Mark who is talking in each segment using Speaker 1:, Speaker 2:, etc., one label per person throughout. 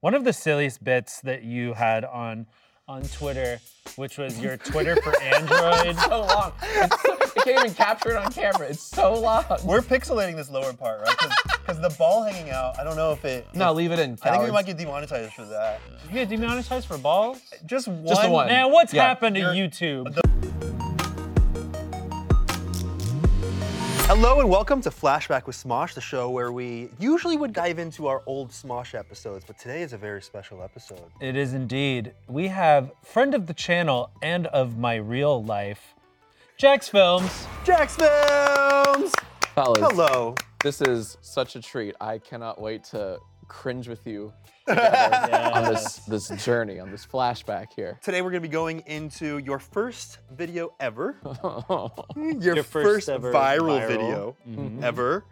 Speaker 1: one of the silliest bits that you had on on Twitter, which was your Twitter for Android.
Speaker 2: so long. It's so, I can't even capture it on camera. It's so long.
Speaker 3: We're pixelating this lower part, right? Because the ball hanging out, I don't know if it.
Speaker 2: no, leave it in.
Speaker 3: I think we
Speaker 2: cowards.
Speaker 3: might get demonetized for that.
Speaker 1: You get demonetized for balls?
Speaker 3: Just one.
Speaker 2: the one.
Speaker 1: Man, what's
Speaker 2: Yeah.
Speaker 1: happened to
Speaker 3: You're-
Speaker 1: YouTube?
Speaker 3: Hello and welcome to Flashback with Smosh, the show where we usually would dive into our old Smosh episodes, but today is a very special episode.
Speaker 1: It is indeed. We have friend of the channel and of my real life, Jax Films.
Speaker 3: Jax Films!
Speaker 2: Fellas,
Speaker 3: Hello.
Speaker 2: This is such a treat. I cannot wait to cringe with you together on this this journey, on this flashback here.
Speaker 3: Today we're gonna be going into your first video ever,
Speaker 2: Whoa.
Speaker 3: your,
Speaker 4: first ever
Speaker 3: viral,
Speaker 4: viral.
Speaker 3: video
Speaker 2: Mm-hmm.
Speaker 3: ever.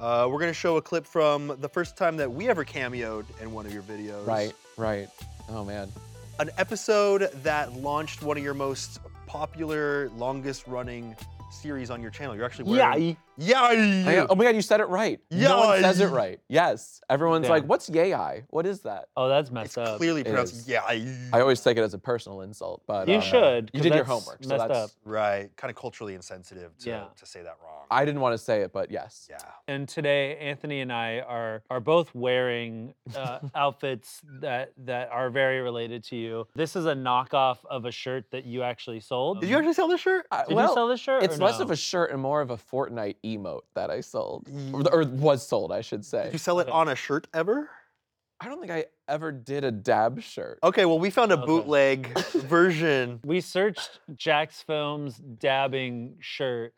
Speaker 3: Uh, we're gonna show a clip from the first time that we ever cameoed in one of your videos.
Speaker 2: right, right. Oh man.
Speaker 3: an episode that launched one of your most popular, longest running series on your channel. You're actually wearing.
Speaker 4: Yay.
Speaker 3: Yay!
Speaker 2: I- oh my god, you said it right. No one says it
Speaker 3: Yay.
Speaker 2: right. Yes. Everyone's
Speaker 4: Yeah.
Speaker 2: like, what's yay I? What is that?
Speaker 4: Oh, that's messed
Speaker 3: It's
Speaker 4: up.
Speaker 3: clearly
Speaker 2: is.
Speaker 3: pronounced yay.
Speaker 2: I always take it as a personal insult, but
Speaker 4: You
Speaker 2: uh,
Speaker 4: should,
Speaker 2: You
Speaker 4: 'cause
Speaker 2: did your
Speaker 4: that's
Speaker 2: homework. So
Speaker 4: messed
Speaker 2: that's,
Speaker 4: up.
Speaker 3: Right. Kind of culturally insensitive to,
Speaker 4: Yeah.
Speaker 3: to say that wrong.
Speaker 2: I didn't want to say it, but yes.
Speaker 3: yeah.
Speaker 1: And today, Anthony and I are are both wearing uh, outfits that that are very related to you. This is a knockoff of a shirt that you actually sold.
Speaker 3: Did you actually sell this shirt?
Speaker 2: I-
Speaker 1: Did
Speaker 2: Uh, well,
Speaker 1: you sell this shirt?
Speaker 2: it's
Speaker 1: or
Speaker 2: less
Speaker 1: no?
Speaker 2: of a shirt and more of a Fortnite emote that I sold, or,
Speaker 3: Mm.
Speaker 2: or was sold, I should say.
Speaker 3: Did you sell it
Speaker 1: Okay.
Speaker 3: on a shirt ever?
Speaker 2: I don't think I ever did a dab shirt.
Speaker 3: Okay, well, we found a
Speaker 1: Okay.
Speaker 3: bootleg version.
Speaker 1: We searched Jax Films dabbing shirt,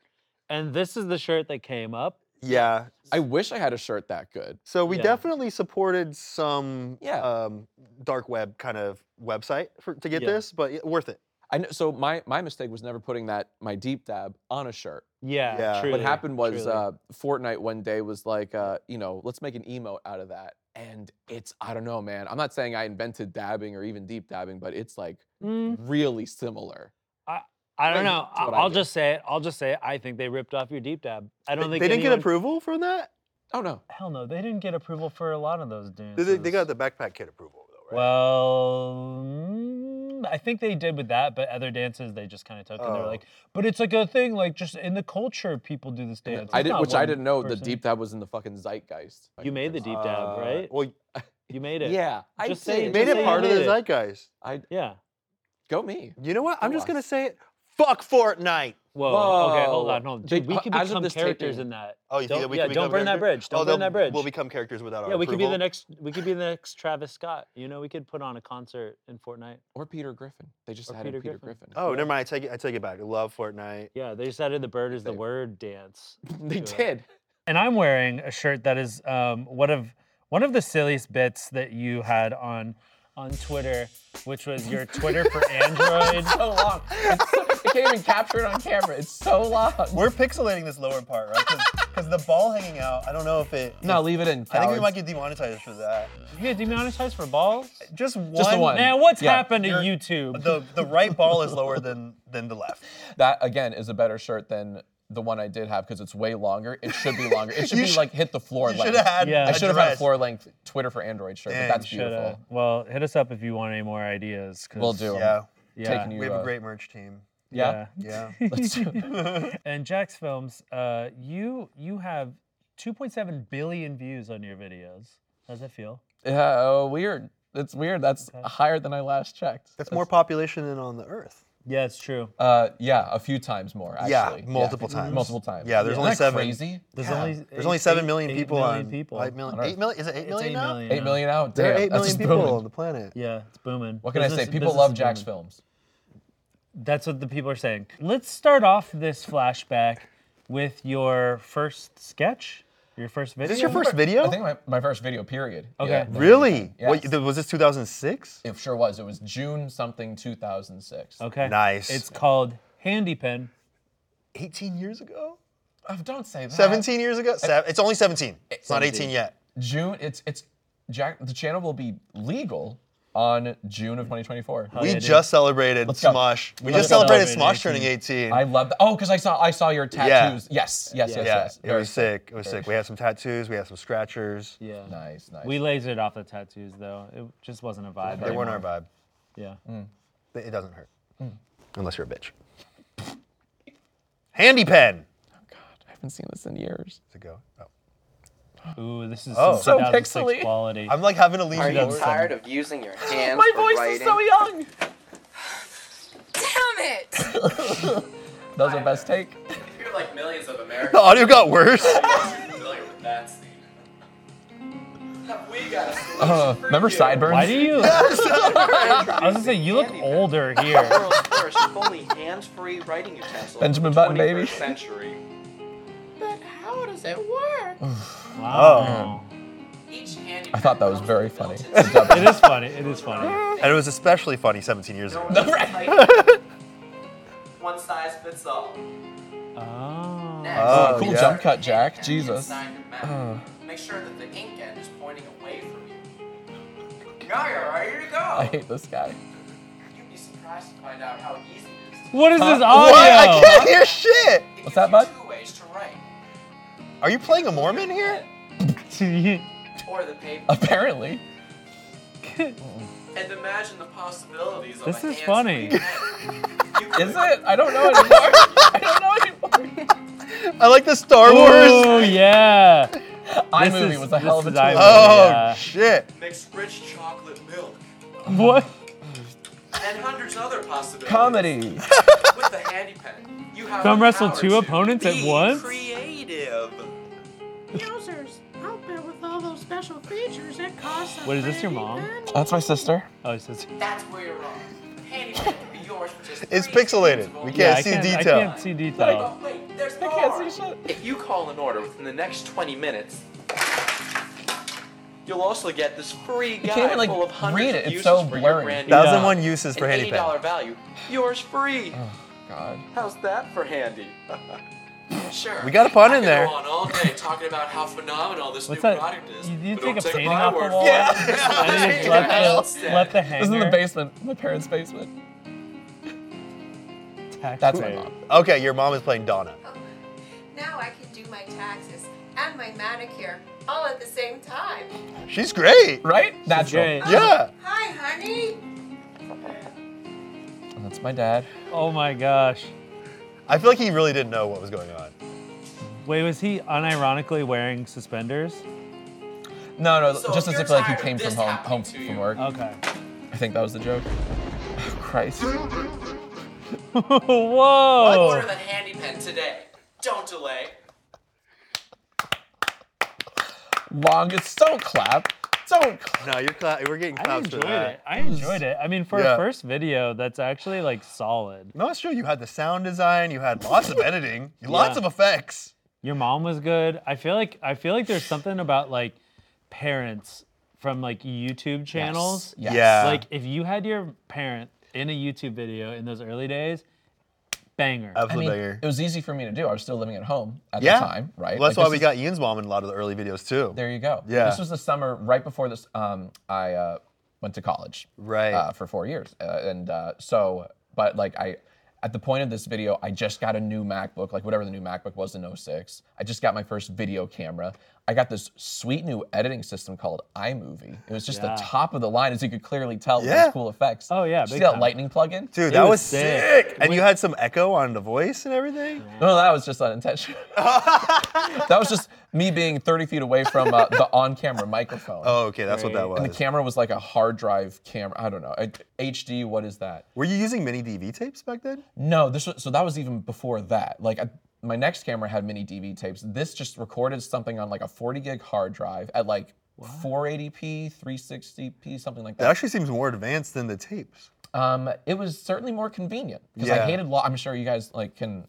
Speaker 1: and this is the shirt that came up.
Speaker 3: Yeah.
Speaker 2: I wish I had a shirt that good.
Speaker 3: So we
Speaker 1: Yeah.
Speaker 3: definitely supported some
Speaker 2: Yeah.
Speaker 3: um, dark web kind of website for, to get
Speaker 1: Yeah.
Speaker 3: this, but yeah, worth it.
Speaker 2: I know, so my my mistake was never putting that my deep dab on a shirt.
Speaker 1: Yeah,
Speaker 3: Yeah. What
Speaker 1: Truly,
Speaker 2: what happened was
Speaker 1: truly.
Speaker 2: uh, Fortnite one day was like, uh, you know, let's make an emote out of that, and it's I don't know, man. I'm not saying I invented dabbing or even deep dabbing, but it's like
Speaker 1: Mm,
Speaker 2: really similar.
Speaker 1: I don't
Speaker 2: Wait,
Speaker 1: know.
Speaker 2: that's
Speaker 1: I-
Speaker 2: what I
Speaker 1: I'll
Speaker 2: did.
Speaker 1: just say it. I'll just say it. I think they ripped off your deep dab. I don't
Speaker 3: They,
Speaker 1: think
Speaker 3: they didn't get
Speaker 1: anyone-
Speaker 3: approval from that?
Speaker 2: Oh no,
Speaker 1: Hell no, they didn't get approval for a lot of those
Speaker 3: They,
Speaker 1: dances.
Speaker 3: they- they got the backpack kid approval, though, right?
Speaker 1: Well, mm, I think they did with that, but other dances they just kind of took and they're
Speaker 3: Oh.
Speaker 1: like, but it's like a thing, like just in the culture, people do this dance.
Speaker 2: I
Speaker 1: It's
Speaker 2: did,
Speaker 1: not
Speaker 2: which I
Speaker 1: one
Speaker 2: didn't know the
Speaker 1: person."
Speaker 2: deep dab was in the fucking zeitgeist.
Speaker 1: You made the deep dab,
Speaker 3: Uh,
Speaker 1: right?
Speaker 3: Well,
Speaker 1: You made it.
Speaker 2: Yeah, I
Speaker 1: Just say-
Speaker 2: did.
Speaker 3: made
Speaker 1: just
Speaker 3: it
Speaker 1: say
Speaker 3: part of
Speaker 1: made
Speaker 3: the
Speaker 1: it.
Speaker 3: zeitgeist.
Speaker 2: I
Speaker 1: Yeah.
Speaker 2: go me.
Speaker 3: You know what? I'm just gonna
Speaker 2: Lost.
Speaker 3: say it. Fuck Fortnite.
Speaker 1: Whoa. Okay, hold
Speaker 2: Whoa.
Speaker 1: on, hold on.
Speaker 2: They-
Speaker 1: Dude, we
Speaker 2: uh,
Speaker 1: could
Speaker 2: as of
Speaker 1: become
Speaker 2: this
Speaker 1: characters
Speaker 2: taping-
Speaker 1: in that.
Speaker 3: Oh, you
Speaker 1: Don't-
Speaker 3: think that we
Speaker 1: yeah,
Speaker 3: can
Speaker 1: don't
Speaker 3: become
Speaker 1: burn that
Speaker 3: characters?
Speaker 1: bridge. Don't
Speaker 3: oh,
Speaker 1: burn
Speaker 3: they'll-
Speaker 1: that bridge.
Speaker 3: We'll become characters without our
Speaker 1: Yeah, we could be the
Speaker 3: approval?
Speaker 1: next. We could be the next Travis Scott. You know, we could put on a concert in Fortnite.
Speaker 2: Or Peter Griffin. They just
Speaker 1: Or
Speaker 2: added
Speaker 1: Peter
Speaker 2: Peter,
Speaker 1: Griffin.
Speaker 2: Griffin.
Speaker 3: Oh, never mind. I take it. I take it back. I love Fortnite.
Speaker 1: Yeah, they just added the bird is the
Speaker 2: They-
Speaker 1: word dance.
Speaker 3: Oh,
Speaker 1: to
Speaker 2: they
Speaker 1: it.
Speaker 2: did.
Speaker 1: And I'm wearing a shirt that is um, one of one of the silliest bits that you had on on Twitter, which was your Twitter for Android.
Speaker 2: So long. It's so- I can't even capture it on camera. It's so long.
Speaker 3: We're pixelating this lower part, right? Because the ball hanging out. I don't know if it.
Speaker 2: No, leave it in.
Speaker 3: I think we
Speaker 2: cowards.
Speaker 3: might get demonetized for that.
Speaker 1: You get demonetized for balls?
Speaker 3: Just one.
Speaker 2: the one.
Speaker 1: Man, what's
Speaker 2: Uh, Yeah,
Speaker 1: happened to
Speaker 3: you're-
Speaker 1: YouTube?
Speaker 3: The the right ball is lower than than the left.
Speaker 2: That again is a better shirt than the one I did have because it's way longer. It should be longer. It should
Speaker 3: You
Speaker 2: be
Speaker 3: sh-
Speaker 2: like hit the floor
Speaker 3: You should
Speaker 2: length.
Speaker 3: have had.
Speaker 1: Yeah.
Speaker 2: I
Speaker 1: a
Speaker 2: should have had a
Speaker 3: dress.
Speaker 2: floor length Twitter for Android shirt,
Speaker 3: Dang,
Speaker 2: but that's
Speaker 3: you
Speaker 1: Shoulda.
Speaker 2: beautiful.
Speaker 1: Well, hit us up if you want any more ideas. 'cause-
Speaker 2: Will do.
Speaker 3: Yeah.
Speaker 1: Yeah.
Speaker 2: Taking you.
Speaker 3: We have
Speaker 2: uh,
Speaker 3: a great merch team.
Speaker 2: Yeah.
Speaker 3: Yeah.
Speaker 2: Let's do it.
Speaker 1: and Jax Films, uh, you you have 2.7 billion views on your videos. How's that feel?
Speaker 2: Yeah, oh, weird. It's weird. That's higher than I last checked.
Speaker 3: That's more population than on the earth.
Speaker 1: Yeah, it's true.
Speaker 2: Uh, yeah, a few times more. Actually.
Speaker 3: Yeah, multiple times.
Speaker 2: Multiple times.
Speaker 3: Yeah, there's
Speaker 2: Isn't
Speaker 3: only
Speaker 2: that
Speaker 3: seven.
Speaker 2: Crazy.
Speaker 1: There's
Speaker 3: Yeah.
Speaker 1: only
Speaker 3: there's only
Speaker 1: eight-
Speaker 3: seven
Speaker 1: eight-
Speaker 3: million
Speaker 1: eight
Speaker 3: people
Speaker 1: million
Speaker 3: on
Speaker 1: people.
Speaker 3: Eight million.
Speaker 2: On Earth.
Speaker 3: Eight million. Is it eight
Speaker 1: It's
Speaker 3: million
Speaker 1: eight
Speaker 3: now?
Speaker 1: million
Speaker 2: Eight
Speaker 1: now.
Speaker 2: million out.
Speaker 3: There
Speaker 2: Damn,
Speaker 3: are eight
Speaker 2: that's
Speaker 3: million
Speaker 2: just
Speaker 3: people
Speaker 2: booming.
Speaker 3: on the planet.
Speaker 1: Yeah, it's booming.
Speaker 2: What can I
Speaker 1: Business-
Speaker 2: say? People
Speaker 1: business
Speaker 2: love
Speaker 1: is
Speaker 2: Jack's
Speaker 1: booming.
Speaker 2: films.
Speaker 1: That's what the people are saying. Let's start off this flashback with your first sketch, your first video.
Speaker 3: Is this your first video?
Speaker 2: I think my, my first video, period.
Speaker 1: Okay.
Speaker 2: Yeah, there you
Speaker 3: really?
Speaker 2: go.
Speaker 3: What,
Speaker 2: Yes.
Speaker 3: th- was this 2006?
Speaker 2: It sure was. It was June something 2006.
Speaker 1: Okay.
Speaker 3: Nice.
Speaker 1: It's called Handy Pen.
Speaker 3: 18 years ago?
Speaker 2: Oh, don't say that.
Speaker 3: 17 years ago? Se- it's only 17. It's not 18
Speaker 2: 17.
Speaker 3: yet.
Speaker 2: June. It's it's Jack. The channel will be legal on June of 2024.
Speaker 1: Hell
Speaker 3: we
Speaker 1: yeah, dude.
Speaker 3: just celebrated
Speaker 2: Let's go.
Speaker 3: Smosh. We
Speaker 2: Let's
Speaker 3: just
Speaker 2: go.
Speaker 3: celebrated
Speaker 1: Celebrate
Speaker 3: Smosh turning 18.
Speaker 2: I love that. Oh, because I saw I saw your tattoos. Yes, yes, yes,
Speaker 3: yeah,
Speaker 2: yes.
Speaker 3: it
Speaker 2: Very
Speaker 3: was sick. It was
Speaker 2: Very
Speaker 3: sick. We had some tattoos. We had some scratchers.
Speaker 1: Yeah.
Speaker 2: Nice, nice.
Speaker 1: We lasered off the tattoos though. It just wasn't a vibe.
Speaker 3: They
Speaker 1: anymore.
Speaker 3: weren't our vibe.
Speaker 1: Yeah.
Speaker 3: They- It doesn't hurt, unless you're a bitch. Handy pen.
Speaker 2: God, I haven't seen this in years.
Speaker 3: Does it go? Oh.
Speaker 1: Ooh, this is
Speaker 3: Oh.
Speaker 1: oh.
Speaker 3: So
Speaker 1: some 2006
Speaker 2: pixely.
Speaker 1: quality.
Speaker 3: I'm like having to lean
Speaker 5: Are you
Speaker 3: forward.
Speaker 5: tired of using your hands
Speaker 2: My
Speaker 5: for
Speaker 2: voice
Speaker 5: writing?
Speaker 2: is so young.
Speaker 6: Damn it!
Speaker 2: That was our best take.
Speaker 5: You're like millions of Americans.
Speaker 3: The audio got worse.
Speaker 5: familiar with that scene. We got a solution
Speaker 2: Uh,
Speaker 5: for
Speaker 2: remember
Speaker 5: you.
Speaker 2: sideburns?
Speaker 1: Why do you? I was gonna say you look
Speaker 5: Handy man.
Speaker 1: older here.
Speaker 5: World's first fully hands-free writing utensil. of
Speaker 2: Benjamin
Speaker 5: the
Speaker 2: Button, baby.
Speaker 5: 21st Century. But how does it work?
Speaker 1: Wow.
Speaker 5: Each hand
Speaker 2: I thought that was very funny.
Speaker 1: It is funny. It is funny.
Speaker 3: and it was especially funny 17 years ago.
Speaker 5: One size fits all.
Speaker 1: Oh.
Speaker 5: Next,
Speaker 3: Oh,
Speaker 2: cool
Speaker 3: yeah.
Speaker 2: jump cut, Jack.
Speaker 5: hand
Speaker 2: Jesus. Uh.
Speaker 5: inside your mouth. Make sure that the ink end is pointing away from you. Now you're ready to go.
Speaker 2: I hate this guy.
Speaker 5: You'd be surprised to find out how easy it is. to-
Speaker 1: What is this audio?
Speaker 3: What? I can't hear shit.
Speaker 5: It
Speaker 2: What's
Speaker 5: gives
Speaker 2: that,
Speaker 5: you
Speaker 2: bud?
Speaker 5: Two ways to write,
Speaker 3: Are you playing a Mormon here?
Speaker 5: or the paper.
Speaker 2: Apparently.
Speaker 5: And imagine the possibilities of
Speaker 1: This
Speaker 5: a
Speaker 1: is
Speaker 5: hand's
Speaker 1: funny.
Speaker 5: free hand. You
Speaker 2: Is
Speaker 5: could-
Speaker 2: it? I don't know anymore. I don't know anymore.
Speaker 3: I like the Star Wars.
Speaker 1: Oh yeah.
Speaker 2: iMovie
Speaker 1: is-
Speaker 2: was a hell of a
Speaker 1: this is
Speaker 2: time.
Speaker 1: iMovie.
Speaker 3: Oh
Speaker 1: Yeah.
Speaker 3: shit.
Speaker 5: Mix rich chocolate milk
Speaker 1: What?
Speaker 5: and hundreds of other possibilities.
Speaker 2: Comedy.
Speaker 5: With the handy pen, you have
Speaker 1: Thumb
Speaker 5: the
Speaker 1: wrestle
Speaker 5: power
Speaker 1: two
Speaker 5: to
Speaker 1: opponents at
Speaker 5: be
Speaker 1: once?
Speaker 5: Creative.
Speaker 7: Users, out there with all those special features that cost a
Speaker 1: What, is this your
Speaker 7: pretty
Speaker 1: mom?
Speaker 7: penny.
Speaker 2: That's my sister.
Speaker 1: Oh, it's just,
Speaker 5: That's where you're wrong. Handy pen can be yours for just
Speaker 3: It's
Speaker 5: three
Speaker 3: pixelated.
Speaker 5: seconds of
Speaker 3: We
Speaker 5: only-
Speaker 1: yeah,
Speaker 3: Can't
Speaker 1: I
Speaker 3: see
Speaker 1: can't, I
Speaker 3: detail.
Speaker 1: can't see detail.
Speaker 5: Oh, wait, there's
Speaker 2: I
Speaker 5: more.
Speaker 2: can't see shit.
Speaker 5: If you call an order within the next 20 minutes, you'll also get this free guide
Speaker 2: can't even, like,
Speaker 5: full of hundreds
Speaker 2: read it.
Speaker 5: of
Speaker 2: It's
Speaker 5: uses
Speaker 2: so
Speaker 5: for
Speaker 2: blurry.
Speaker 5: your brand new
Speaker 3: Thousand
Speaker 1: Yeah.
Speaker 3: one uses for
Speaker 5: An
Speaker 3: handy pen.
Speaker 5: $80 value. Yours free.
Speaker 2: God.
Speaker 5: How's that for handy? sure.
Speaker 3: We got a pun
Speaker 5: I
Speaker 3: in
Speaker 5: could
Speaker 3: there.
Speaker 5: Go on all day talking about how phenomenal this
Speaker 1: What's
Speaker 5: new
Speaker 1: that?
Speaker 5: product is.
Speaker 1: You- you
Speaker 5: but
Speaker 1: take a
Speaker 5: don't
Speaker 1: painting
Speaker 5: my
Speaker 1: off the
Speaker 5: word
Speaker 1: wall?
Speaker 5: for it.
Speaker 1: And you just
Speaker 5: Yeah.
Speaker 1: left the,
Speaker 5: Yeah.
Speaker 1: left the
Speaker 2: This is
Speaker 1: hanger.
Speaker 2: in the basement, my parents' basement.
Speaker 1: Tax
Speaker 2: That's my
Speaker 1: rate.
Speaker 2: mom.
Speaker 3: Okay, your mom is playing Donna.
Speaker 8: Now I can do my taxes and my manicure all at the same time.
Speaker 3: She's great.
Speaker 2: Right? Natural.
Speaker 1: great.
Speaker 3: Yeah.
Speaker 8: Hi, honey.
Speaker 2: And That's my dad.
Speaker 1: Oh my gosh.
Speaker 3: I feel like he really didn't know what was going on.
Speaker 1: Wait, was he unironically wearing suspenders?
Speaker 2: No, no,
Speaker 5: So
Speaker 2: just
Speaker 5: if
Speaker 2: as if
Speaker 5: you're
Speaker 2: like he
Speaker 5: tired of
Speaker 2: came from
Speaker 5: this
Speaker 2: home,
Speaker 5: happening
Speaker 2: home
Speaker 5: to
Speaker 2: from
Speaker 5: you-
Speaker 3: Oh.
Speaker 2: work.
Speaker 1: Okay.
Speaker 2: I think that was the joke. Oh, Christ.
Speaker 5: Order
Speaker 1: Whoa.
Speaker 5: the handy pen today. Don't delay.
Speaker 2: Longest. Don't clap. Don't. Cl-
Speaker 3: No, you're cla- we're getting
Speaker 1: I
Speaker 3: claps for
Speaker 1: enjoyed
Speaker 3: that.
Speaker 1: it. I enjoyed it. I mean, for
Speaker 3: Yeah.
Speaker 1: a first video, that's actually like solid.
Speaker 3: No, it's true. You had the sound design. You had lots of editing. Lots
Speaker 1: Yeah.
Speaker 3: of effects.
Speaker 1: Your mom was good. I feel like I feel like there's something about like parents from like YouTube channels.
Speaker 2: Yes.
Speaker 3: Yeah.
Speaker 1: Like if you had your parent in a YouTube video in those early days, banger.
Speaker 2: I mean,
Speaker 3: Absolutely.
Speaker 2: it was easy for me to do. I was still living at home at
Speaker 3: yeah.
Speaker 2: the time, right?
Speaker 3: Well, that's
Speaker 2: Like,
Speaker 3: why we
Speaker 2: this is-
Speaker 3: got Yoon's mom in a lot of the early videos too.
Speaker 2: There you go.
Speaker 3: Yeah.
Speaker 2: This was the summer right before this. Um, I uh, went to college.
Speaker 3: Right.
Speaker 2: Uh, for four years, uh, and uh, so, but like I, at the point of this video, I just got a new MacBook, like whatever the new MacBook was in 06. I just got my first video camera. I got this sweet new editing system called iMovie. It was just
Speaker 1: Yeah.
Speaker 2: the top of the line, as you could clearly tell. with
Speaker 3: Yeah.
Speaker 2: Those cool effects.
Speaker 1: Oh, yeah,
Speaker 2: Did you
Speaker 1: big
Speaker 2: See that
Speaker 1: time.
Speaker 2: lightning plug-in?
Speaker 3: Dude,
Speaker 1: It
Speaker 3: that was,
Speaker 1: was
Speaker 3: sick.
Speaker 1: sick.
Speaker 3: And you had some echo on the voice and everything.
Speaker 2: No, Oh, that was just unintentional. that was just me being 30 feet away from uh, the on-camera microphone.
Speaker 3: Oh, okay, that's what that
Speaker 1: Great.
Speaker 3: was.
Speaker 2: And the camera was like a hard drive camera. I don't know. I- HD, what is that?
Speaker 3: Were you using mini DV tapes back then?
Speaker 2: No, this was, so that was even before that. Like I, my next camera had mini DV tapes. This just recorded something on like a 40 gig hard drive at like 480p, 360p, something like
Speaker 3: That
Speaker 2: that.
Speaker 3: actually seems more advanced than the tapes.
Speaker 2: Um, it was certainly more convenient because
Speaker 3: Yeah.
Speaker 2: I hated. Lo- I'm sure you guys like can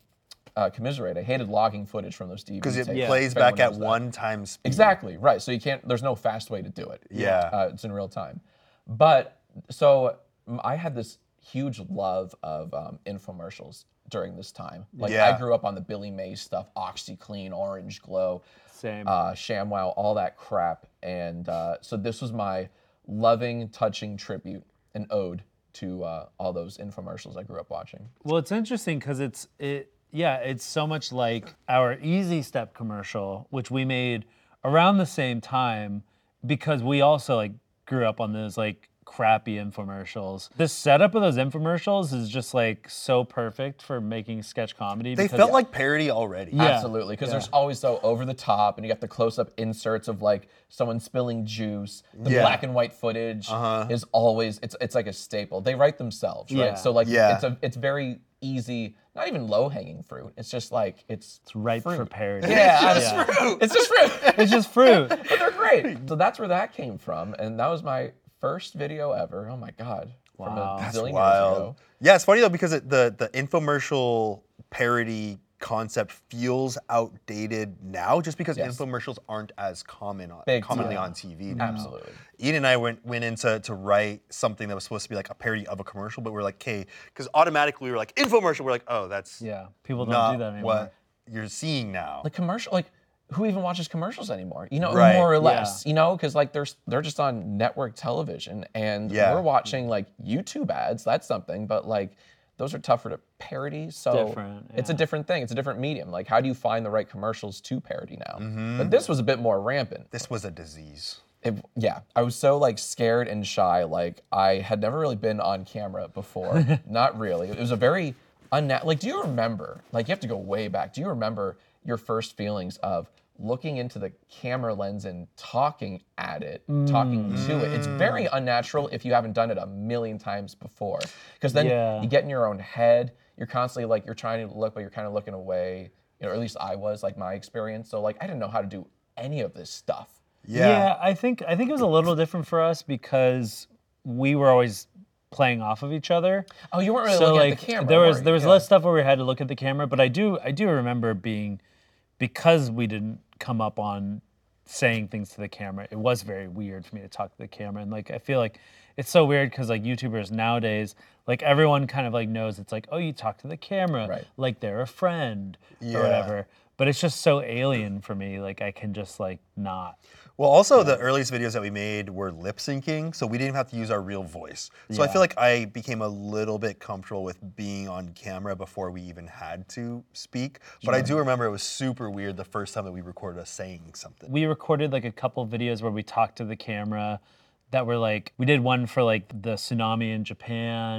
Speaker 2: uh, commiserate. I hated logging footage from those DV
Speaker 3: Because it
Speaker 2: tapes.
Speaker 3: plays
Speaker 2: If anyone
Speaker 3: back at
Speaker 2: knows that.
Speaker 3: one time speed.
Speaker 2: Exactly right. So you can't. There's no fast way to do it.
Speaker 3: Yeah.
Speaker 2: uh, it's in real time. But so m- I had this huge love of um, infomercials during this time. Like
Speaker 3: Yeah.
Speaker 2: I grew up on the Billy Mays stuff, OxyClean, Orange Glow,
Speaker 1: Same.
Speaker 2: uh, ShamWow, all that crap. And uh, so this was my loving, touching tribute, an ode to uh, all those infomercials I grew up watching.
Speaker 1: Well, it's interesting because it's it yeah, it's so much like our Easy Step commercial, which we made around the same time because we also like grew up on those like crappy infomercials. The setup of those infomercials is just like so perfect for making sketch comedy.
Speaker 3: They
Speaker 1: because-
Speaker 3: felt like parody already.
Speaker 1: Yeah.
Speaker 2: Absolutely, because there's always so over the top, and you got the close up inserts of like someone spilling juice. The
Speaker 3: Yeah.
Speaker 2: black and white footage is always it's it's like a staple. They write themselves,
Speaker 1: Yeah.
Speaker 2: right? So like
Speaker 3: Yeah.
Speaker 2: it's a it's very easy, not even low hanging fruit. It's just like it's
Speaker 1: it's ripe for parody.
Speaker 2: yeah,
Speaker 1: It's just
Speaker 2: fruit. It's just fruit.
Speaker 1: It's just fruit.
Speaker 2: but they're great. So that's where that came from, and that was my first video ever. Oh my god, from
Speaker 1: Wow.
Speaker 2: a
Speaker 1: That's
Speaker 2: zillion years
Speaker 3: Wild.
Speaker 2: ago.
Speaker 3: Yeah, it's funny though because it, the the infomercial parody concept feels outdated now, just because
Speaker 2: Yes.
Speaker 3: infomercials aren't as common on,
Speaker 2: Big
Speaker 3: commonly
Speaker 2: time. Mm-hmm.
Speaker 3: on TV. Now.
Speaker 2: Absolutely.
Speaker 3: Ian and I went went in to, to write something that was supposed to be like a parody of a commercial, but we are like, okay, because automatically we were like infomercial. We're like, oh, that's
Speaker 1: Yeah. People don't
Speaker 3: not
Speaker 1: do that anymore.
Speaker 3: what you're seeing now.
Speaker 2: like commercial like who even watches commercials anymore you know
Speaker 3: Right.
Speaker 2: more or
Speaker 1: Yeah.
Speaker 2: less you know because like they're s- they're just on network television and
Speaker 3: Yeah.
Speaker 2: we're watching like youtube ads that's something but like those are tougher to parody so
Speaker 1: Different,
Speaker 2: it's a
Speaker 1: yeah.
Speaker 2: different thing it's a different medium like how do you find the right commercials to parody now
Speaker 3: Mm-hmm.
Speaker 2: but this was a bit more rampant
Speaker 3: this was a disease.
Speaker 2: it, yeah i was so like scared and shy like i had never really been on camera before not really it was a very unnat like do you remember like you have to go way back do you remember your first feelings of looking into the camera lens and talking at it talking to it it's very unnatural if you haven't done it a million times before because then
Speaker 1: Yeah.
Speaker 2: you get in your own head you're constantly like you're trying to look but you're kind of looking away you know, or at least i was like my experience so like i didn't know how to do any of this stuff
Speaker 1: Yeah. I think I think it was a little different for us because we were always playing off of each other.
Speaker 2: Oh, you weren't really
Speaker 1: so
Speaker 2: looking
Speaker 1: like
Speaker 2: at the camera.
Speaker 1: there
Speaker 2: were
Speaker 1: was
Speaker 2: you?
Speaker 1: there was
Speaker 2: Yeah.
Speaker 1: less stuff where we had to look at the camera, but I do I do remember being because we didn't come up on saying things to the camera. It was very weird for me to talk to the camera, and like I feel like it's so weird because like YouTubers nowadays, like everyone kind of like knows it's like oh you talk to the camera,
Speaker 2: Right.
Speaker 1: like they're a friend
Speaker 3: Yeah.
Speaker 1: or whatever. But it's just so alien for me. Like I can just like not.
Speaker 3: Well, also the earliest videos that we made were lip syncing, so we didn't have to use our real voice. So I feel like I became a little bit comfortable with being on camera before we even had to speak. But I do remember it was super weird the first time that we recorded us saying something.
Speaker 1: we recorded like a couple videos where we talked to the camera that were like we did one for like the tsunami in Japan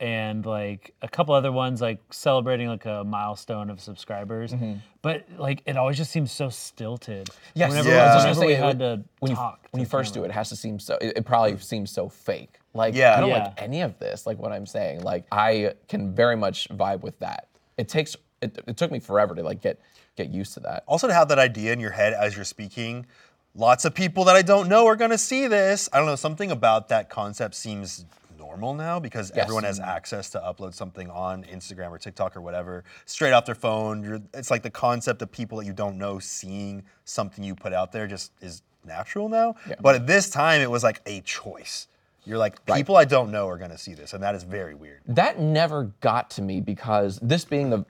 Speaker 1: and like a couple other ones like celebrating like a milestone of subscribers but like it always just seems so stilted
Speaker 2: Mm-hmm. Yes,
Speaker 1: whenever,
Speaker 3: Yeah.
Speaker 2: I was just
Speaker 1: whenever we
Speaker 2: gonna say,
Speaker 1: had to
Speaker 2: when you,
Speaker 1: talk
Speaker 2: when you first do it, it has to seem so. It, it probably seems so fake. Like
Speaker 3: Yeah.
Speaker 2: I don't
Speaker 1: Yeah.
Speaker 2: like any of this. Like what I'm saying. Like I can very much vibe with that. It takes. It, it took me forever to like get get used to that.
Speaker 3: Also, to have that idea in your head as you're speaking. Lots of people that I don't know are gonna see this. I don't know, something about that concept seems normal now because everyone has access to upload something on Instagram or TikTok or whatever straight off their phone. You're, it's like the concept of people that you don't know seeing something you put out there just is natural now. But at this time, it was like a choice. You're like, people I don't know are gonna see this, and that is very weird.
Speaker 2: that never got to me because this being the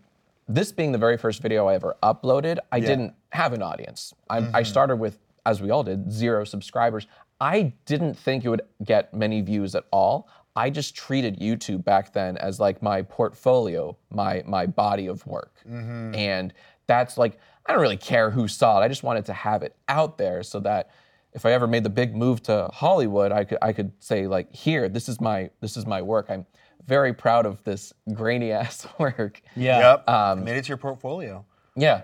Speaker 2: this being the very first video I ever uploaded, I didn't have an audience. I, I started with, as we all did, zero subscribers. I didn't think it would get many views at all. I just treated YouTube back then as like my portfolio, my my body of work, and that's like I don't really care who saw it. I just wanted to have it out there so that if I ever made the big move to Hollywood, I could I could say like, here, this is my this is my work. I'm very proud of this grainy ass work.
Speaker 1: yeah um,
Speaker 3: Yep. you made it to your portfolio.
Speaker 2: Yeah.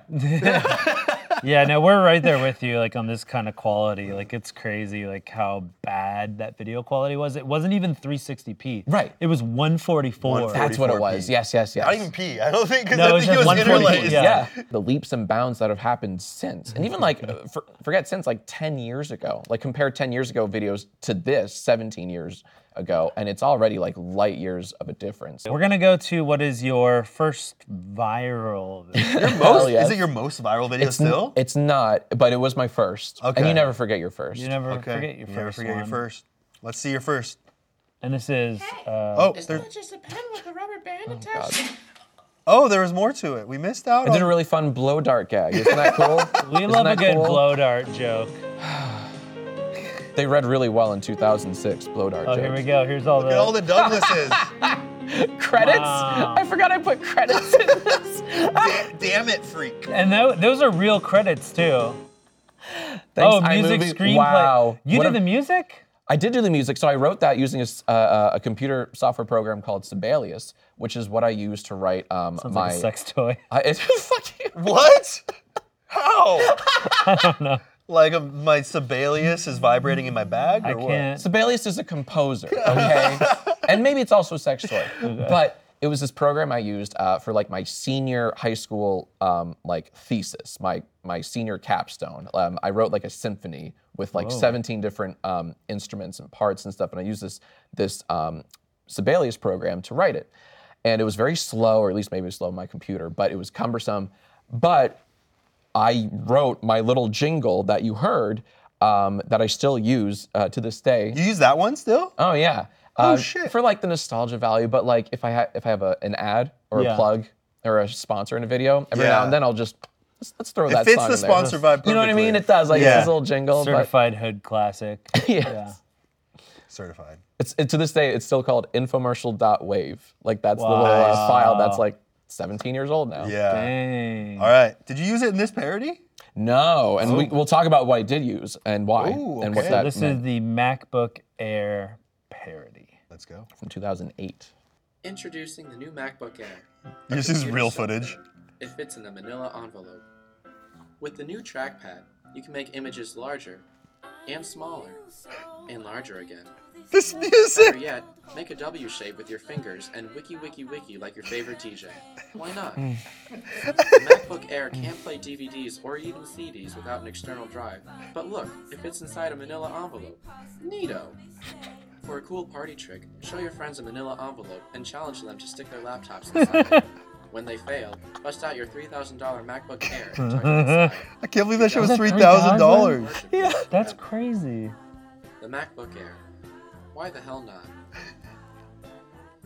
Speaker 1: yeah no we're right there with you like on this kind of quality like it's crazy like how bad that video quality was it wasn't even 360p
Speaker 2: Right.
Speaker 1: it was 144
Speaker 2: That's what it
Speaker 3: 44p.
Speaker 2: was. Yes, yes, yes.
Speaker 3: Not even P. I don't think because
Speaker 1: No,
Speaker 3: I
Speaker 1: it's
Speaker 3: think it
Speaker 1: just
Speaker 3: was
Speaker 1: 140,
Speaker 3: interlaced.
Speaker 1: yeah.
Speaker 2: The leaps and bounds that have happened since. And even like uh, for, forget since like 10 years ago. Like compare 10 years ago videos to this 17 years ago and it's already like light years of a difference.
Speaker 1: We're gonna go to what is your first viral? video.
Speaker 3: Your most,
Speaker 2: yes.
Speaker 3: Is it your most viral video
Speaker 2: N-
Speaker 3: still?
Speaker 2: It's not, but it was my first. And
Speaker 3: Okay.
Speaker 2: you never forget your first.
Speaker 1: You never
Speaker 3: Okay.
Speaker 1: forget your
Speaker 3: You
Speaker 1: first
Speaker 3: Never forget your
Speaker 1: one.
Speaker 3: first. Let's see your first.
Speaker 1: And this is uh,
Speaker 3: Oh,
Speaker 8: It's
Speaker 3: there,
Speaker 8: not just a pen with a rubber band attached.
Speaker 3: oh, there was more to it. We missed out.
Speaker 2: I did
Speaker 3: on-
Speaker 2: a really fun blow dart gag. Isn't that cool?
Speaker 1: we
Speaker 2: Isn't
Speaker 1: love a
Speaker 2: that
Speaker 1: good
Speaker 2: cool?
Speaker 1: blow dart joke.
Speaker 2: They read really well in 2006. Blow dart
Speaker 1: Oh,
Speaker 2: jokes.
Speaker 1: here we go. Here's all
Speaker 3: Look at all
Speaker 1: the.
Speaker 3: the Douglases.
Speaker 2: Credits?
Speaker 1: Wow.
Speaker 2: I forgot I put credits in this.
Speaker 3: Da- damn it, freak.
Speaker 1: And tho- those are real credits too. oh, music
Speaker 2: iMovie.
Speaker 1: screenplay.
Speaker 2: Wow.
Speaker 1: You
Speaker 2: What
Speaker 1: did
Speaker 2: a-
Speaker 1: the music?
Speaker 2: I did do the music, so I wrote that using a, s- uh, uh, a computer software program called Sibelius, which is what I use to write um,
Speaker 1: Sounds
Speaker 2: my.
Speaker 1: like a sex toy.
Speaker 2: I, it's fucking.
Speaker 3: What? How? I don't know. Like um, my Sibelius is vibrating in my bag, or
Speaker 1: I
Speaker 3: what?
Speaker 1: can't.
Speaker 2: Sibelius is a composer, okay? and maybe it's also a sex toy. But it was this program I used uh, for like my senior high school um, like thesis, my my senior capstone. Um, I wrote like a symphony with like 17 different um, instruments and parts and stuff, and I used this this um, Sibelius program to write it. And it was very slow, or at least maybe it was slow on my computer, but it was cumbersome. But I wrote my little jingle that you heard um, that I still use uh, to this day.
Speaker 3: You use that one still?
Speaker 2: Oh yeah.
Speaker 3: Oh,
Speaker 2: Uh,
Speaker 3: shit.
Speaker 2: For like the nostalgia value, but like if I ha- if I have a, an ad or
Speaker 1: Yeah.
Speaker 2: a plug or a sponsor in a video, every now
Speaker 3: Yeah.
Speaker 2: and then I'll just let's, let's throw
Speaker 3: It
Speaker 2: that.
Speaker 3: fits
Speaker 2: song
Speaker 3: the
Speaker 2: in there.
Speaker 3: sponsor vibe
Speaker 2: You know what I mean?
Speaker 3: perfectly.
Speaker 2: It does. Like
Speaker 3: Yeah.
Speaker 2: it's this little jingle,
Speaker 1: Certified hood classic.
Speaker 2: but yeah.
Speaker 3: Certified.
Speaker 2: It's it, to this day it's still called infomercial.wave. Like that's the
Speaker 1: Wow.
Speaker 2: little uh, file that's like 17 years old now.
Speaker 3: Yeah.
Speaker 1: Dang.
Speaker 3: All right. Did you use it in this parody?
Speaker 2: No, and we, we'll talk about what I did use and why
Speaker 3: Oh. Ooh,
Speaker 2: and what
Speaker 3: okay.
Speaker 2: that
Speaker 1: This
Speaker 2: meant
Speaker 1: is the MacBook Air parody.
Speaker 3: Let's go.
Speaker 2: from 2008.
Speaker 5: Introducing the new MacBook Air. a
Speaker 3: This is
Speaker 5: computer
Speaker 3: real
Speaker 5: software.
Speaker 3: footage.
Speaker 5: It fits in a manila envelope. With the new trackpad, you can make images larger and smaller and larger again.
Speaker 3: This music.
Speaker 5: Or yet, make a W shape with your fingers and wiki wiki wiki like your favorite DJ. Why not?
Speaker 3: Hmm.
Speaker 5: the MacBook Air can't play DVDs or even CDs without an external drive. But look, it fits inside a manila envelope. Neato! For a cool party trick, show your friends a manila envelope and challenge them to stick their laptops inside. it. When they fail, bust out your $3,000 MacBook Air and tuck it inside.
Speaker 3: I can't believe that shit was
Speaker 1: that
Speaker 3: three thousand
Speaker 1: $3,000?
Speaker 3: dollars.
Speaker 5: Worship
Speaker 1: That's crazy.
Speaker 5: The MacBook Air. Why the hell not?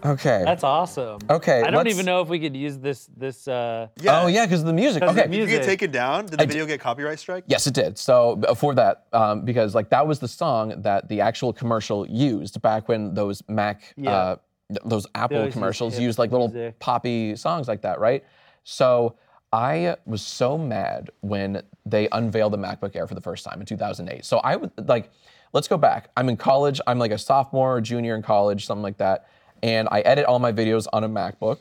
Speaker 2: Okay.
Speaker 9: That's awesome.
Speaker 2: Okay,
Speaker 9: I don't
Speaker 2: let's-
Speaker 9: even know if we could use this this uh
Speaker 2: Oh yeah, because the music.
Speaker 9: 'Cause
Speaker 2: Okay.
Speaker 9: the music-
Speaker 3: Did you get taken down? Did the video get copyright strike?
Speaker 2: Yes, it did. So b- for that, um, because like that was the song that the actual commercial used back when those Mac,
Speaker 9: Yeah.
Speaker 2: uh, th- those Apple
Speaker 9: always used
Speaker 2: commercials
Speaker 9: hip
Speaker 2: used like little
Speaker 9: music.
Speaker 2: poppy songs like that, right? So I was so mad when they unveiled the MacBook Air for the first time in 2008. So I would like, let's go back. I'm in college. I'm like a sophomore or junior in college, something like that. And I edit all my videos on a MacBook,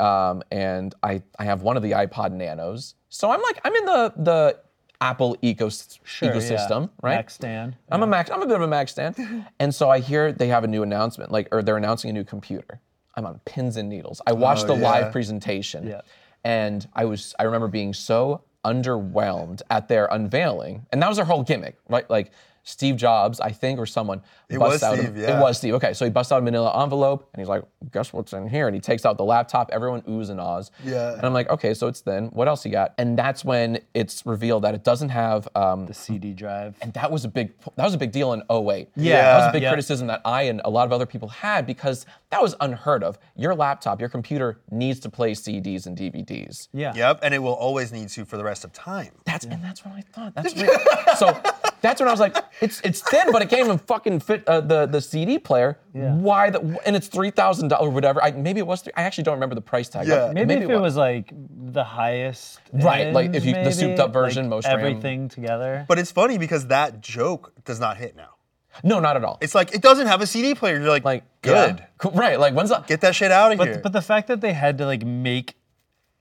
Speaker 2: um, and I, I have one of the iPod Nanos. So I'm like I'm in the the Apple ecos-
Speaker 1: Sure, yeah.
Speaker 2: ecosystem, right?
Speaker 1: Mac Stan.
Speaker 2: I'm a Mac. I'm a bit of a Mac stan, and so I hear they have a new announcement, like or they're announcing a new computer. I'm on pins and needles. I watched the
Speaker 3: Oh, yeah.
Speaker 2: live presentation,
Speaker 1: Yeah.
Speaker 2: and I was I remember being so underwhelmed at their unveiling, and that was their whole gimmick, right? Like Steve Jobs, I think, or someone. It
Speaker 3: was
Speaker 2: out a-
Speaker 3: Steve, yeah.
Speaker 2: It was Steve. Okay, so he busts out a Manila envelope, and he's like, "Guess what's in here?" And he takes out the laptop. Everyone oohs and ahs.
Speaker 3: Yeah.
Speaker 2: And I'm like, okay, so it's then. What else you got? And that's when it's revealed that it doesn't have um,
Speaker 1: The CD drive.
Speaker 2: and that was a big that was a big deal in 08.
Speaker 1: Yeah.
Speaker 2: That was a big
Speaker 1: Yeah.
Speaker 2: criticism that I and a lot of other people had because that was unheard of. Your laptop, your computer needs to play CDs and DVDs.
Speaker 1: Yeah.
Speaker 3: Yep, and it will always need to for the rest of time.
Speaker 2: That's and that's what I thought. That's weird. so that's when I was like, it's it's thin, but it can't even fucking fit uh, the the CD player.
Speaker 1: Yeah.
Speaker 2: Why the and it's three thousand dollars or whatever. I maybe it was. Three, I actually don't remember the price tag.
Speaker 3: Yeah.
Speaker 1: Maybe, if it
Speaker 2: wa-
Speaker 1: was like the highest.
Speaker 2: Right, like,
Speaker 1: end,
Speaker 2: if you- the souped-up
Speaker 1: maybe,
Speaker 2: version,
Speaker 1: like,
Speaker 2: most RAM.
Speaker 1: Everything together.
Speaker 3: But it's funny because that joke does not hit now.
Speaker 2: no, not at all.
Speaker 3: It's like it doesn't have a CD player. You're like,
Speaker 2: like yeah.
Speaker 3: good.
Speaker 2: Cool, right? Like when's that?
Speaker 3: Get that shit out of
Speaker 1: But
Speaker 3: here.
Speaker 1: but the fact that they had to like make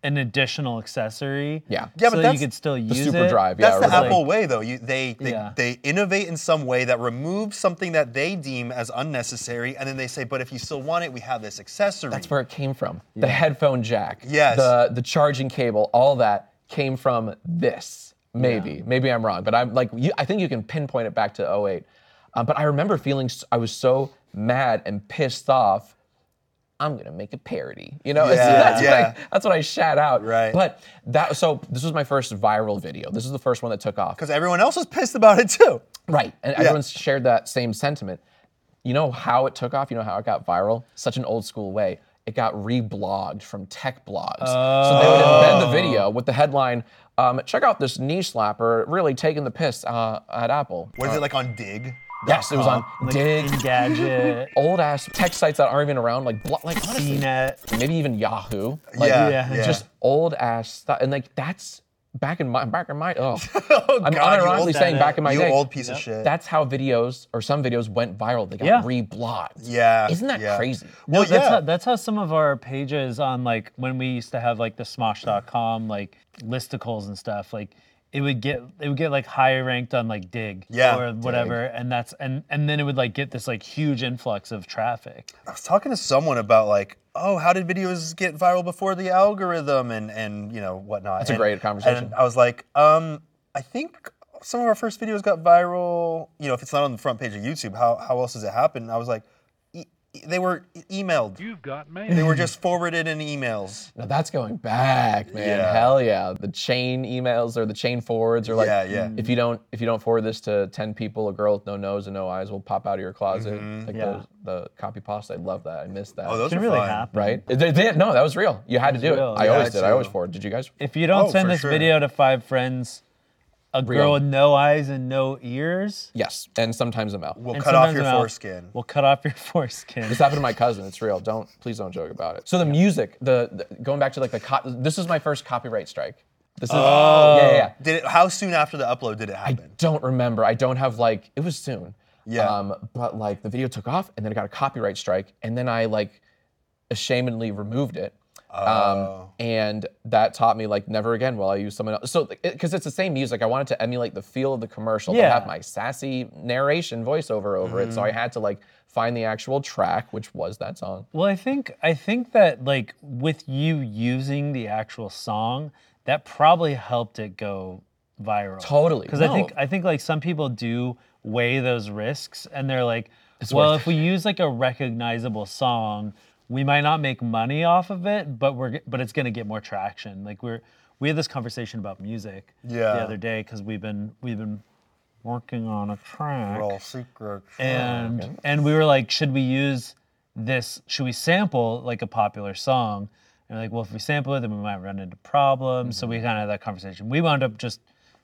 Speaker 1: an additional accessory.
Speaker 2: Yeah.
Speaker 3: Yeah, but
Speaker 1: so that you
Speaker 3: that's
Speaker 1: could still
Speaker 2: the
Speaker 1: use
Speaker 2: super
Speaker 1: it.
Speaker 2: drive.
Speaker 3: that's
Speaker 2: yeah,
Speaker 3: the
Speaker 2: right.
Speaker 3: Apple way, though. You, they they,
Speaker 1: Yeah.
Speaker 3: they innovate in some way that removes something that they deem as unnecessary, and then they say, "But if you still want it, we have this accessory."
Speaker 2: That's where it came from. The headphone jack.
Speaker 3: Yes.
Speaker 2: The the charging cable, all that came from this. Maybe. Maybe I'm wrong, but I'm like you, I think you can pinpoint it back to 08. Um, but I remember feeling s- I was so mad and pissed off. I'm gonna make a parody. You know,
Speaker 3: Yeah,
Speaker 2: that's,
Speaker 3: yeah.
Speaker 2: What I, that's what I shout out.
Speaker 3: Right.
Speaker 2: But that so this was my first viral video. This is the first one that took off.
Speaker 3: because everyone else was pissed about it too.
Speaker 2: Right. And everyone's shared that same sentiment. You know how it took off? You know how it got viral? Such an old school way. It got reblogged from tech blogs. So they would embed the
Speaker 1: Oh.
Speaker 2: video with the headline um, Check out this knee slapper really taking the piss uh, at Apple.
Speaker 3: What is it like on Dig?
Speaker 2: Yes, it was on
Speaker 1: Like
Speaker 2: Dig.
Speaker 1: Engadget,
Speaker 2: Old ass tech sites that aren't even around, like blo- like honestly,
Speaker 1: CNET.
Speaker 2: maybe even Yahoo. Like,
Speaker 3: yeah,
Speaker 1: yeah,
Speaker 3: yeah.
Speaker 2: just old ass stuff, and like that's back in my back in my oh,
Speaker 3: oh,
Speaker 2: I'm
Speaker 3: you
Speaker 2: unironically
Speaker 3: old-
Speaker 2: saying back in my
Speaker 3: you
Speaker 2: day.
Speaker 3: old piece of shit.
Speaker 2: That's how videos or some videos went viral. They got
Speaker 1: Yeah.
Speaker 2: reblocked.
Speaker 3: yeah.
Speaker 2: Isn't that
Speaker 3: yeah.
Speaker 2: crazy?
Speaker 1: Well,
Speaker 3: Well,
Speaker 1: that's,
Speaker 3: yeah.
Speaker 1: how, that's how some of our pages on like when we used to have like the Smosh.com like listicles and stuff like it would get it would get like higher ranked on like Dig
Speaker 3: Yeah,
Speaker 1: or whatever, and that's and and then it would like get this like huge influx of traffic.
Speaker 3: I was talking to someone about like, oh, how did videos get viral before the algorithm and and you know whatnot. That's
Speaker 2: a great conversation.
Speaker 3: And I was like, um, I think some of our first videos got viral. You know, if it's not on the front page of YouTube, how how else does it happen? And I was like, e- e- they were e- emailed. You've got mail. They were just forwarded in emails.
Speaker 2: Now that's going back, man.
Speaker 3: Yeah.
Speaker 2: Hell yeah. The chain emails or the chain forwards or like
Speaker 3: Yeah, yeah.
Speaker 2: if you don't if you don't forward this to 10 people, a girl with no nose and no eyes will pop out of your closet. Like
Speaker 1: Yeah.
Speaker 2: those, the copy pasta. I love that. I missed that.
Speaker 3: Mm-hmm. Oh, those
Speaker 1: It
Speaker 3: are
Speaker 1: really
Speaker 3: fun.
Speaker 1: happen.
Speaker 2: right? They- they- no, that was real. You had to do
Speaker 1: real,
Speaker 2: it. I
Speaker 1: yeah.
Speaker 2: always did. I always
Speaker 3: Too.
Speaker 2: forward. Did you guys?
Speaker 1: If you don't
Speaker 3: Oh,
Speaker 1: send
Speaker 3: for
Speaker 1: this
Speaker 3: sure.
Speaker 1: video to five friends, a
Speaker 2: Real.
Speaker 1: girl with no eyes and no ears,
Speaker 2: Yes. And sometimes a mouth.
Speaker 3: We'll
Speaker 1: and
Speaker 3: cut off
Speaker 1: sometimes
Speaker 3: your
Speaker 1: a mouth,
Speaker 3: foreskin.
Speaker 1: We'll cut off your foreskin.
Speaker 2: This happened to my cousin. It's real. Don't please don't joke about it. So the music, the, the- going back to like the co- this is my first copyright strike. This is oh. yeah, yeah, yeah.
Speaker 3: did it? How soon after the upload did it happen?
Speaker 2: don't remember. I don't have like it was soon.
Speaker 3: Yeah.
Speaker 2: Um, but like the video took off, and then I got a copyright strike, and then I like ashamedly removed it. Um, and that taught me like never again will I use someone else. So because it's the same music, I wanted to emulate the feel of the commercial. but
Speaker 1: Yeah.
Speaker 2: have my sassy narration voiceover over it, so I had to like find the actual track, which was that song.
Speaker 1: Well, I think I think that like with you using the actual song, that probably helped it go viral.
Speaker 2: Totally.
Speaker 1: Because I think
Speaker 2: No.
Speaker 1: I think like some people do weigh those risks and they're like, well,
Speaker 2: worth
Speaker 1: if we use like a recognizable song, we might not make money off of it, but we're g- but it's gonna get more traction. Like we're we had this conversation about music
Speaker 3: Yeah.
Speaker 1: the other day because we've been we've been working on a track
Speaker 3: Roll secret.
Speaker 1: and and we were like, should we use this? Should we sample like a popular song? And we're like, well, if we sample it, then we might run into problems. So we kind of had that conversation. We wound up just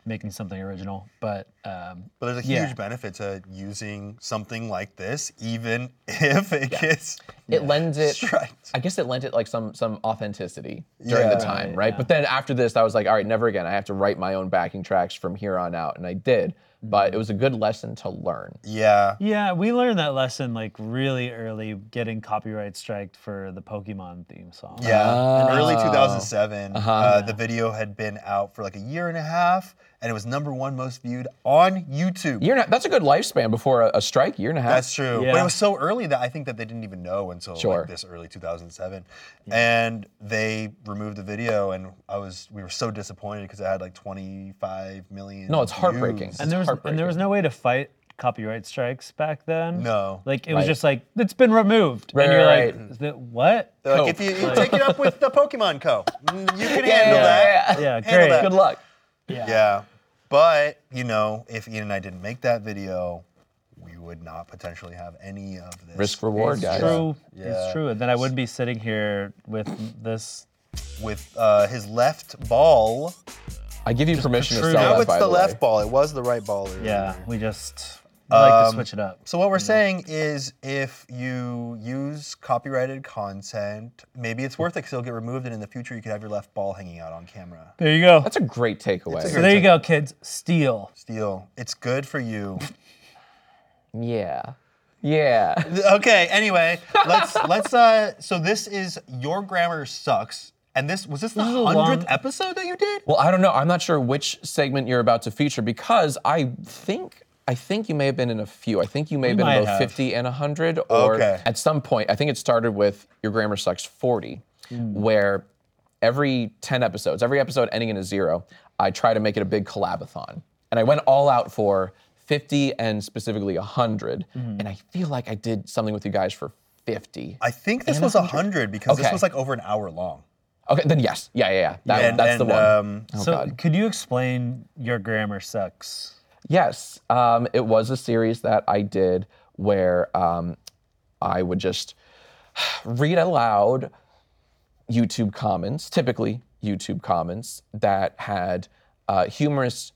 Speaker 1: making something original, but um,
Speaker 3: But there's a huge
Speaker 1: Yeah.
Speaker 3: benefit to using something like this, even if it gets
Speaker 2: It lends it.
Speaker 3: striked.
Speaker 2: I guess it lent it like some some authenticity during
Speaker 3: Yeah.
Speaker 2: the time, right? But then after this, I was like, all right, never again. I have to write my own backing tracks from here on out, and I did.
Speaker 3: Mm-hmm.
Speaker 2: But it was a good lesson to learn.
Speaker 3: Yeah.
Speaker 1: yeah, we learned that lesson like really early, getting copyright striked for the Pokemon theme song.
Speaker 3: Yeah. In early
Speaker 2: Oh. Uh-huh.
Speaker 3: 2007, uh the video had been out for like a year and a half, and it was number one most viewed on YouTube.
Speaker 2: Year and a, that's a good lifespan before a, a strike. Year and a half.
Speaker 3: That's true. But
Speaker 1: Yeah.
Speaker 3: it was so early that I think that they didn't even know until
Speaker 2: Sure.
Speaker 3: like this early 2007. And they removed the video, and I was we were so disappointed because it had like 25 million.
Speaker 2: No, it's heartbreaking.
Speaker 3: views.
Speaker 1: and there was and there was
Speaker 2: heartbreaking.
Speaker 1: no way to fight copyright strikes back then.
Speaker 3: No.
Speaker 1: like it was
Speaker 2: Right.
Speaker 1: just like it's been removed,
Speaker 2: Right,
Speaker 1: and you're
Speaker 2: right,
Speaker 1: like, "Is that- what?
Speaker 3: They're
Speaker 2: Cope.
Speaker 3: Like if you, you take it up with the Pokemon Co, Mm, you can handle
Speaker 2: yeah,
Speaker 3: that.
Speaker 2: yeah,
Speaker 1: Yeah,
Speaker 3: Handle
Speaker 1: great.
Speaker 3: that.
Speaker 2: Good luck.
Speaker 3: Yeah. But, you know, if Ian and I didn't make that video, we would not potentially have any of this.
Speaker 2: Risk reward, guys.
Speaker 1: True,
Speaker 3: Yeah.
Speaker 1: it's true. And then I wouldn't be sitting here with this.
Speaker 3: With uh, his left ball.
Speaker 2: I give you permission to sell
Speaker 1: protrude.
Speaker 2: that.
Speaker 1: Now
Speaker 3: Now it's
Speaker 2: by
Speaker 3: the
Speaker 2: the
Speaker 3: left
Speaker 2: way.
Speaker 3: ball. It was the right ball. earlier.
Speaker 1: Yeah, we just we like
Speaker 10: Um,
Speaker 1: to switch it up.
Speaker 3: So what we're saying is if you use copyrighted content, maybe it's worth it because it'll get removed and in the future you could have your left ball hanging out on camera.
Speaker 1: There you go.
Speaker 2: That's a great takeaway.
Speaker 1: So there you go, kids. Steal.
Speaker 3: Steal. It's good for you.
Speaker 2: yeah. Yeah.
Speaker 3: Okay. Anyway, let's let's. uh So this is your grammar sucks, and this was this the
Speaker 1: is a
Speaker 3: hundredth
Speaker 1: long-
Speaker 3: episode that you did.
Speaker 2: Well, I don't know. I'm not sure which segment you're about to feature because I think I think you may have been in a few. I think you may have been
Speaker 1: might
Speaker 2: in both
Speaker 1: have.
Speaker 2: 50 and 100, or
Speaker 3: Okay.
Speaker 2: at some point. I think it started with your grammar sucks 40,
Speaker 1: Hmm.
Speaker 2: where every 10 episodes, every episode ending in a zero, I try to make it a big collabathon, and I went all out for 50 and specifically 100,
Speaker 1: Hmm.
Speaker 2: and I feel like I did something with you guys for 50.
Speaker 3: I think this was a hundred because this
Speaker 2: Okay.
Speaker 3: was like over an hour long.
Speaker 2: okay, then yes, yeah, yeah, yeah.
Speaker 1: Oh,
Speaker 2: That,
Speaker 3: And-
Speaker 2: that's the
Speaker 3: and,
Speaker 2: one.
Speaker 3: um,
Speaker 10: Oh,
Speaker 1: so, could you explain your grammar sucks?
Speaker 2: Yes, um, it was a series that I did where um, I would just read aloud YouTube comments, typically YouTube comments that had uh, humorous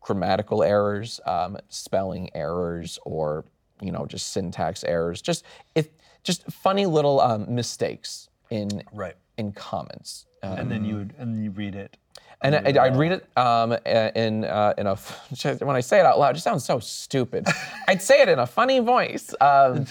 Speaker 2: grammatical errors, um, spelling errors, or you know just syntax errors. Just if just funny little um, mistakes in
Speaker 10: Right.
Speaker 2: in comments. Um,
Speaker 1: and
Speaker 10: Mm.
Speaker 1: then you would and then you read it.
Speaker 2: and I, I read it um, a- in uh, in a when I say it out loud, it just sounds so stupid. I'd say it in a funny voice, um,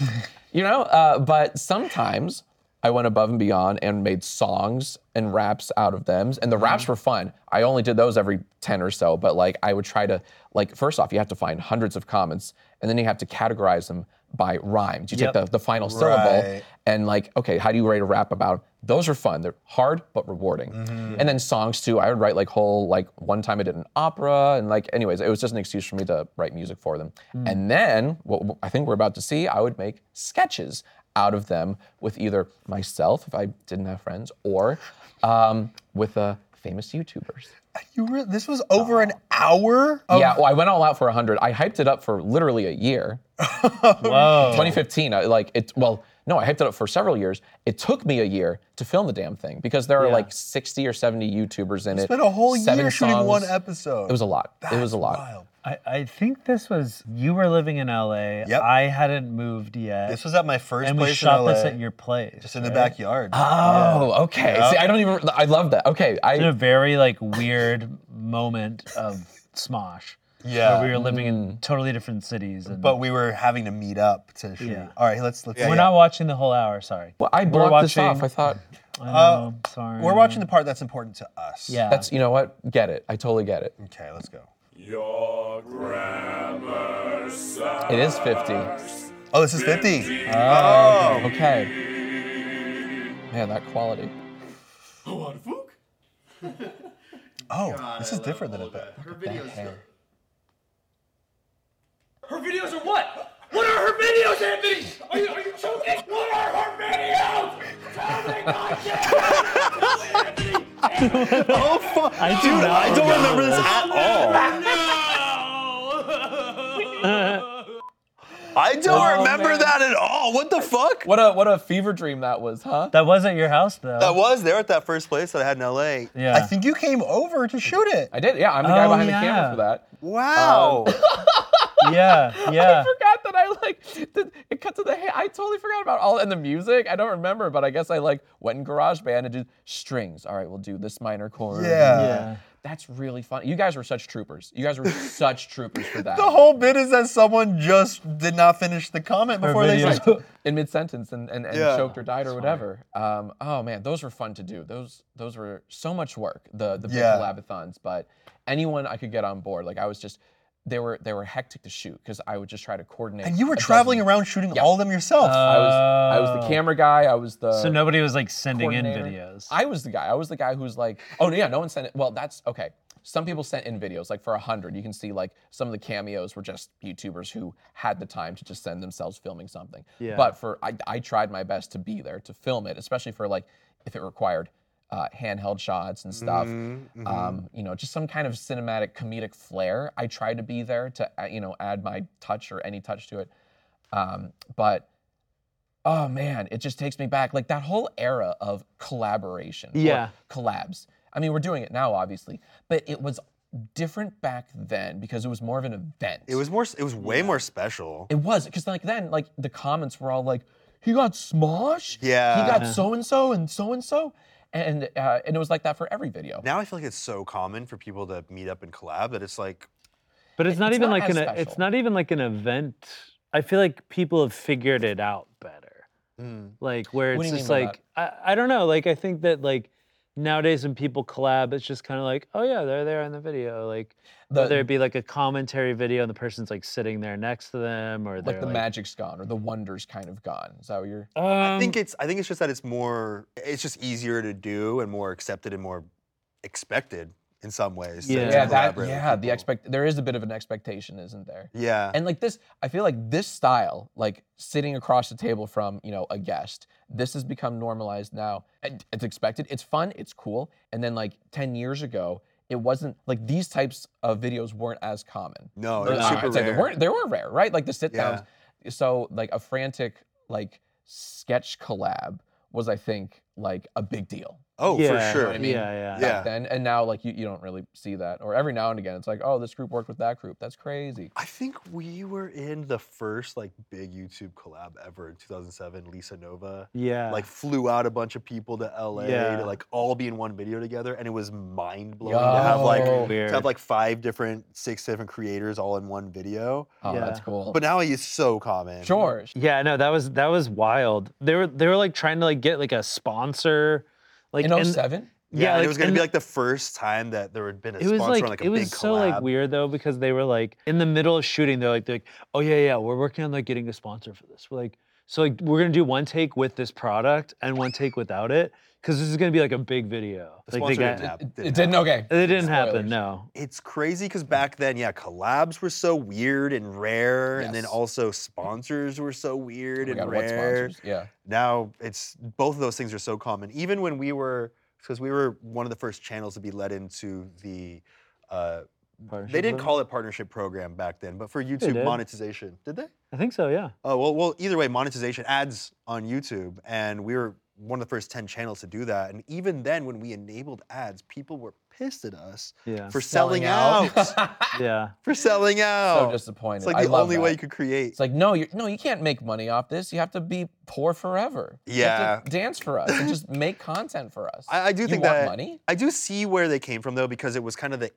Speaker 2: you know. Uh, but sometimes I went above and beyond and made songs and raps out of them, and the raps were fun. I only did those every ten or so, but like I would try to like first off, you have to find hundreds of comments, and then you have to categorize them by rhymes. You
Speaker 1: Yep.
Speaker 2: take the, the final syllable
Speaker 10: Right.
Speaker 2: and like, okay, how do you write a rap about? Those are fun. They're hard but rewarding. And then songs too. I would write like whole like one time I did an opera and like anyways, it was just an excuse for me to write music for them. And then what I think we're about to see, I would make sketches out of them with either myself if I didn't have friends or um, with uh, famous YouTubers.
Speaker 10: You re- this was over
Speaker 1: Oh.
Speaker 10: an hour. Of-
Speaker 2: Yeah, well, I went all out for 100. I hyped it up for literally a year.
Speaker 10: Oh,
Speaker 1: Whoa.
Speaker 2: 2015, I, like it. Well, no, I hyped it up for several years. It took me a year to film the damn thing because there are
Speaker 1: Yeah.
Speaker 2: like 60 or 70 YouTubers in it.
Speaker 10: spent a whole
Speaker 2: seven
Speaker 10: year shooting
Speaker 2: songs.
Speaker 10: one episode.
Speaker 2: It was a lot. it was a lot.
Speaker 10: Wild.
Speaker 1: I, I think this was you were living in LA.
Speaker 10: Yep.
Speaker 1: I hadn't moved yet.
Speaker 10: This was at my first
Speaker 1: and
Speaker 10: place
Speaker 1: we shot
Speaker 10: in LA,
Speaker 1: this at your place.
Speaker 10: just in the
Speaker 1: right? Ah.
Speaker 10: backyard.
Speaker 2: Oh, okay. See, I don't even. I love that. Okay,
Speaker 1: In a
Speaker 2: I.
Speaker 1: very like weird moment of smosh.
Speaker 10: Yeah. Mm.
Speaker 1: Where we were living in totally different cities and
Speaker 10: but we were having to meet up to shoot.
Speaker 1: Yeah.
Speaker 10: All right, let's let's.
Speaker 1: we're not watching the whole hour, sorry.
Speaker 2: Well, I blocked this off.
Speaker 1: watching-
Speaker 2: I thought
Speaker 1: I know, sorry.
Speaker 10: We're watching the part that's important to us.
Speaker 1: Mm. Yeah.
Speaker 2: that's. You know what? Get it. I totally get it.
Speaker 10: Okay, let's go.
Speaker 2: It is 50.
Speaker 10: Oh, this is 50.
Speaker 2: Okay. Man, that quality.
Speaker 10: Oh, this is different than a bet.
Speaker 11: Her videos.
Speaker 2: hair.
Speaker 11: Her videos are what? What are her videos, Anthony? Are you, are you joking? What are her videos? Tell me, goddamn!
Speaker 10: Oh, fuck.
Speaker 1: I do not
Speaker 10: remember this at all. I don't remember that at all. What the fuck?
Speaker 2: What a what a fever dream that was, huh?
Speaker 1: That was at your house though.
Speaker 3: That was there at that first place that I had in LA.
Speaker 1: yeah.
Speaker 10: I think you came over to shoot it.
Speaker 2: I did. Yeah, I'm the guy
Speaker 1: Oh,
Speaker 2: behind the
Speaker 1: yeah.
Speaker 2: camera for that.
Speaker 3: Wow.
Speaker 1: yeah, yeah.
Speaker 2: I forgot that I like did, it cut to the ha- I totally forgot about all and the music. I don't remember, but I guess I like went in GarageBand and did strings. All right, we'll do this minor chord.
Speaker 10: Yeah.
Speaker 1: Yeah.
Speaker 2: That's really fun. You guys were such troopers. You guys were such troopers for that.
Speaker 10: The whole bit is that someone just did not finish the comment before they
Speaker 1: video.
Speaker 10: just.
Speaker 2: in mid sentence and, and, and
Speaker 3: Yeah.
Speaker 2: choked or died or whatever. Um, oh man, those were fun to do. Those those were so much work. The the big
Speaker 10: Yeah.
Speaker 2: labathons, but anyone I could get on board. Like I was just they were they were hectic to shoot because I would just try to coordinate.
Speaker 10: And you were
Speaker 2: a dozen-
Speaker 10: traveling around shooting all of them yourself.
Speaker 2: I was I was
Speaker 1: Oh.
Speaker 2: the camera guy. I was the
Speaker 1: Uh, So nobody was like sending in
Speaker 2: coordinator.
Speaker 1: videos.
Speaker 2: I was the guy. I was the guy who's like, oh no, yeah, no one sent it. Well, that's okay. Some people sent in videos, like for a hundred. You can see like some of the cameos were just YouTubers who had the time to just send themselves filming something.
Speaker 12: Yeah.
Speaker 2: But for I, I tried my best to be there to film it, especially for like if it required uh, handheld shots and stuff. Um, you know, just some kind of cinematic comedic flair. I tried to be there to uh, you know add my touch or any touch to it. Um, but oh man, it just takes me back. Like that whole era of collaboration. or
Speaker 12: Yeah.
Speaker 2: collabs. I mean, we're doing it now, obviously, but it was different back then because it was more of an event.
Speaker 3: it was more. It was way more special.
Speaker 2: It was because like then like the comments were all like, he got smosh.
Speaker 3: Yeah.
Speaker 2: He got so and so and so and so, and uh, and it was like that for every video.
Speaker 3: Now I feel like it's so common for people to meet up and collab that it's like
Speaker 12: But it's not
Speaker 2: It's
Speaker 12: even
Speaker 2: not
Speaker 12: like
Speaker 2: as
Speaker 12: an e, it's
Speaker 2: special.
Speaker 12: not even like an event. I feel like people have figured it out better.
Speaker 3: Mm.
Speaker 12: Like where
Speaker 2: What
Speaker 12: it's
Speaker 2: do you
Speaker 12: just
Speaker 2: mean by
Speaker 12: like I, I don't know. Like I think that like nowadays when people collab, it's just kind of like oh yeah they're there in the video. Like
Speaker 2: The-
Speaker 12: whether it be like a commentary video and the person's like sitting there next to them or
Speaker 2: Like
Speaker 12: they're
Speaker 2: the magic's gone or the wonders kind of gone. Is that what you're?
Speaker 12: um,
Speaker 1: Um,
Speaker 3: I think it's. I think it's just that it's more. It's just easier to do and more accepted and more expected in some ways. to-
Speaker 12: Yeah.
Speaker 3: to
Speaker 2: yeah, that,
Speaker 3: collaborate with
Speaker 2: yeah. The
Speaker 3: people.
Speaker 2: expect there is a bit of an expectation, isn't there?
Speaker 3: Yeah.
Speaker 2: And like this, I feel like this style, like sitting across the table from, you know, a guest, this has become normalized now. And It's expected. It's fun. It's cool. And then like 10 years ago, it wasn't like these types of videos weren't as common.
Speaker 3: no,
Speaker 2: Or-
Speaker 3: it's
Speaker 2: uh,
Speaker 3: super
Speaker 2: I'd say They
Speaker 3: rare.
Speaker 2: were they were rare, right? Like the sit downs. So like a frantic like sketch collab was, I think, like a big deal.
Speaker 3: Oh,
Speaker 12: yeah,
Speaker 3: for sure.
Speaker 2: what I mean?
Speaker 12: Yeah, yeah.
Speaker 3: Yeah.
Speaker 2: Then and now like you, you don't really see that. Or every now and again it's like, oh, this group worked with that group. That's crazy.
Speaker 3: I think we were in the first like big YouTube collab ever in 2007. Lisa Nova
Speaker 12: Yeah.
Speaker 3: like flew out a bunch of people to LA
Speaker 12: Yeah.
Speaker 3: to like all be in one video together, and it was mind blowing to have
Speaker 2: Oh,
Speaker 3: like
Speaker 2: Yo.
Speaker 3: to
Speaker 12: weird.
Speaker 3: have like five different, six different creators all in one video.
Speaker 2: Oh, that's
Speaker 12: Yeah.
Speaker 2: cool.
Speaker 3: But now he's so common.
Speaker 2: sure.
Speaker 12: Yeah, no, that was that was wild. They were they were like trying to like get like a sponsor, like
Speaker 2: in
Speaker 3: oh
Speaker 12: and-
Speaker 2: 07?
Speaker 3: Yeah, and
Speaker 12: like,
Speaker 3: it was gonna
Speaker 12: and
Speaker 3: be like the first time that there had been a
Speaker 12: it
Speaker 3: sponsor
Speaker 12: was like,
Speaker 3: on like a
Speaker 12: it
Speaker 3: big
Speaker 12: was so
Speaker 3: collab.
Speaker 12: like weird though because they were like in the middle of shooting they're like they're like oh yeah yeah we're working on like getting a sponsor for this we're like so like we're gonna do one take with this product and one take without it because this is gonna be like a big video
Speaker 3: The
Speaker 12: like
Speaker 3: sponsor
Speaker 12: got-
Speaker 3: didn't happen.
Speaker 2: It, it didn't okay.
Speaker 12: it didn't happen
Speaker 2: Spoilers.
Speaker 12: no
Speaker 3: It's crazy because back then, yeah, collabs were so weird and rare, and then
Speaker 2: Yes.
Speaker 3: also sponsors were so weird
Speaker 2: Oh my
Speaker 3: and
Speaker 2: God, what
Speaker 3: rare.
Speaker 2: sponsors? Yeah.
Speaker 3: now it's both of those things are so common. Even when we were, because we were one of the first channels to be let into the, uh, they
Speaker 12: Partnership
Speaker 3: didn't
Speaker 12: program?
Speaker 3: call it partnership program back then, but for YouTube
Speaker 12: did.
Speaker 3: monetization, did they?
Speaker 12: I think so yeah
Speaker 3: Oh well, well either way, monetization ads on YouTube, and we were one of the first ten channels to do that. And even then, when we enabled ads, people were pissed at us
Speaker 12: yeah
Speaker 3: for selling, out,
Speaker 12: yeah
Speaker 3: for selling out.
Speaker 2: so disappointed.
Speaker 3: Oh. it's like
Speaker 2: I
Speaker 3: the
Speaker 2: love
Speaker 3: only way
Speaker 2: that.
Speaker 3: you could create.
Speaker 2: It's like no, you no, you can't make money off this. You have to be poor forever. You have to dance for us and just make content for us.
Speaker 3: I, I do
Speaker 2: You
Speaker 3: think
Speaker 2: want
Speaker 3: that
Speaker 2: money.
Speaker 3: I do see where they came from though, because it was kind of the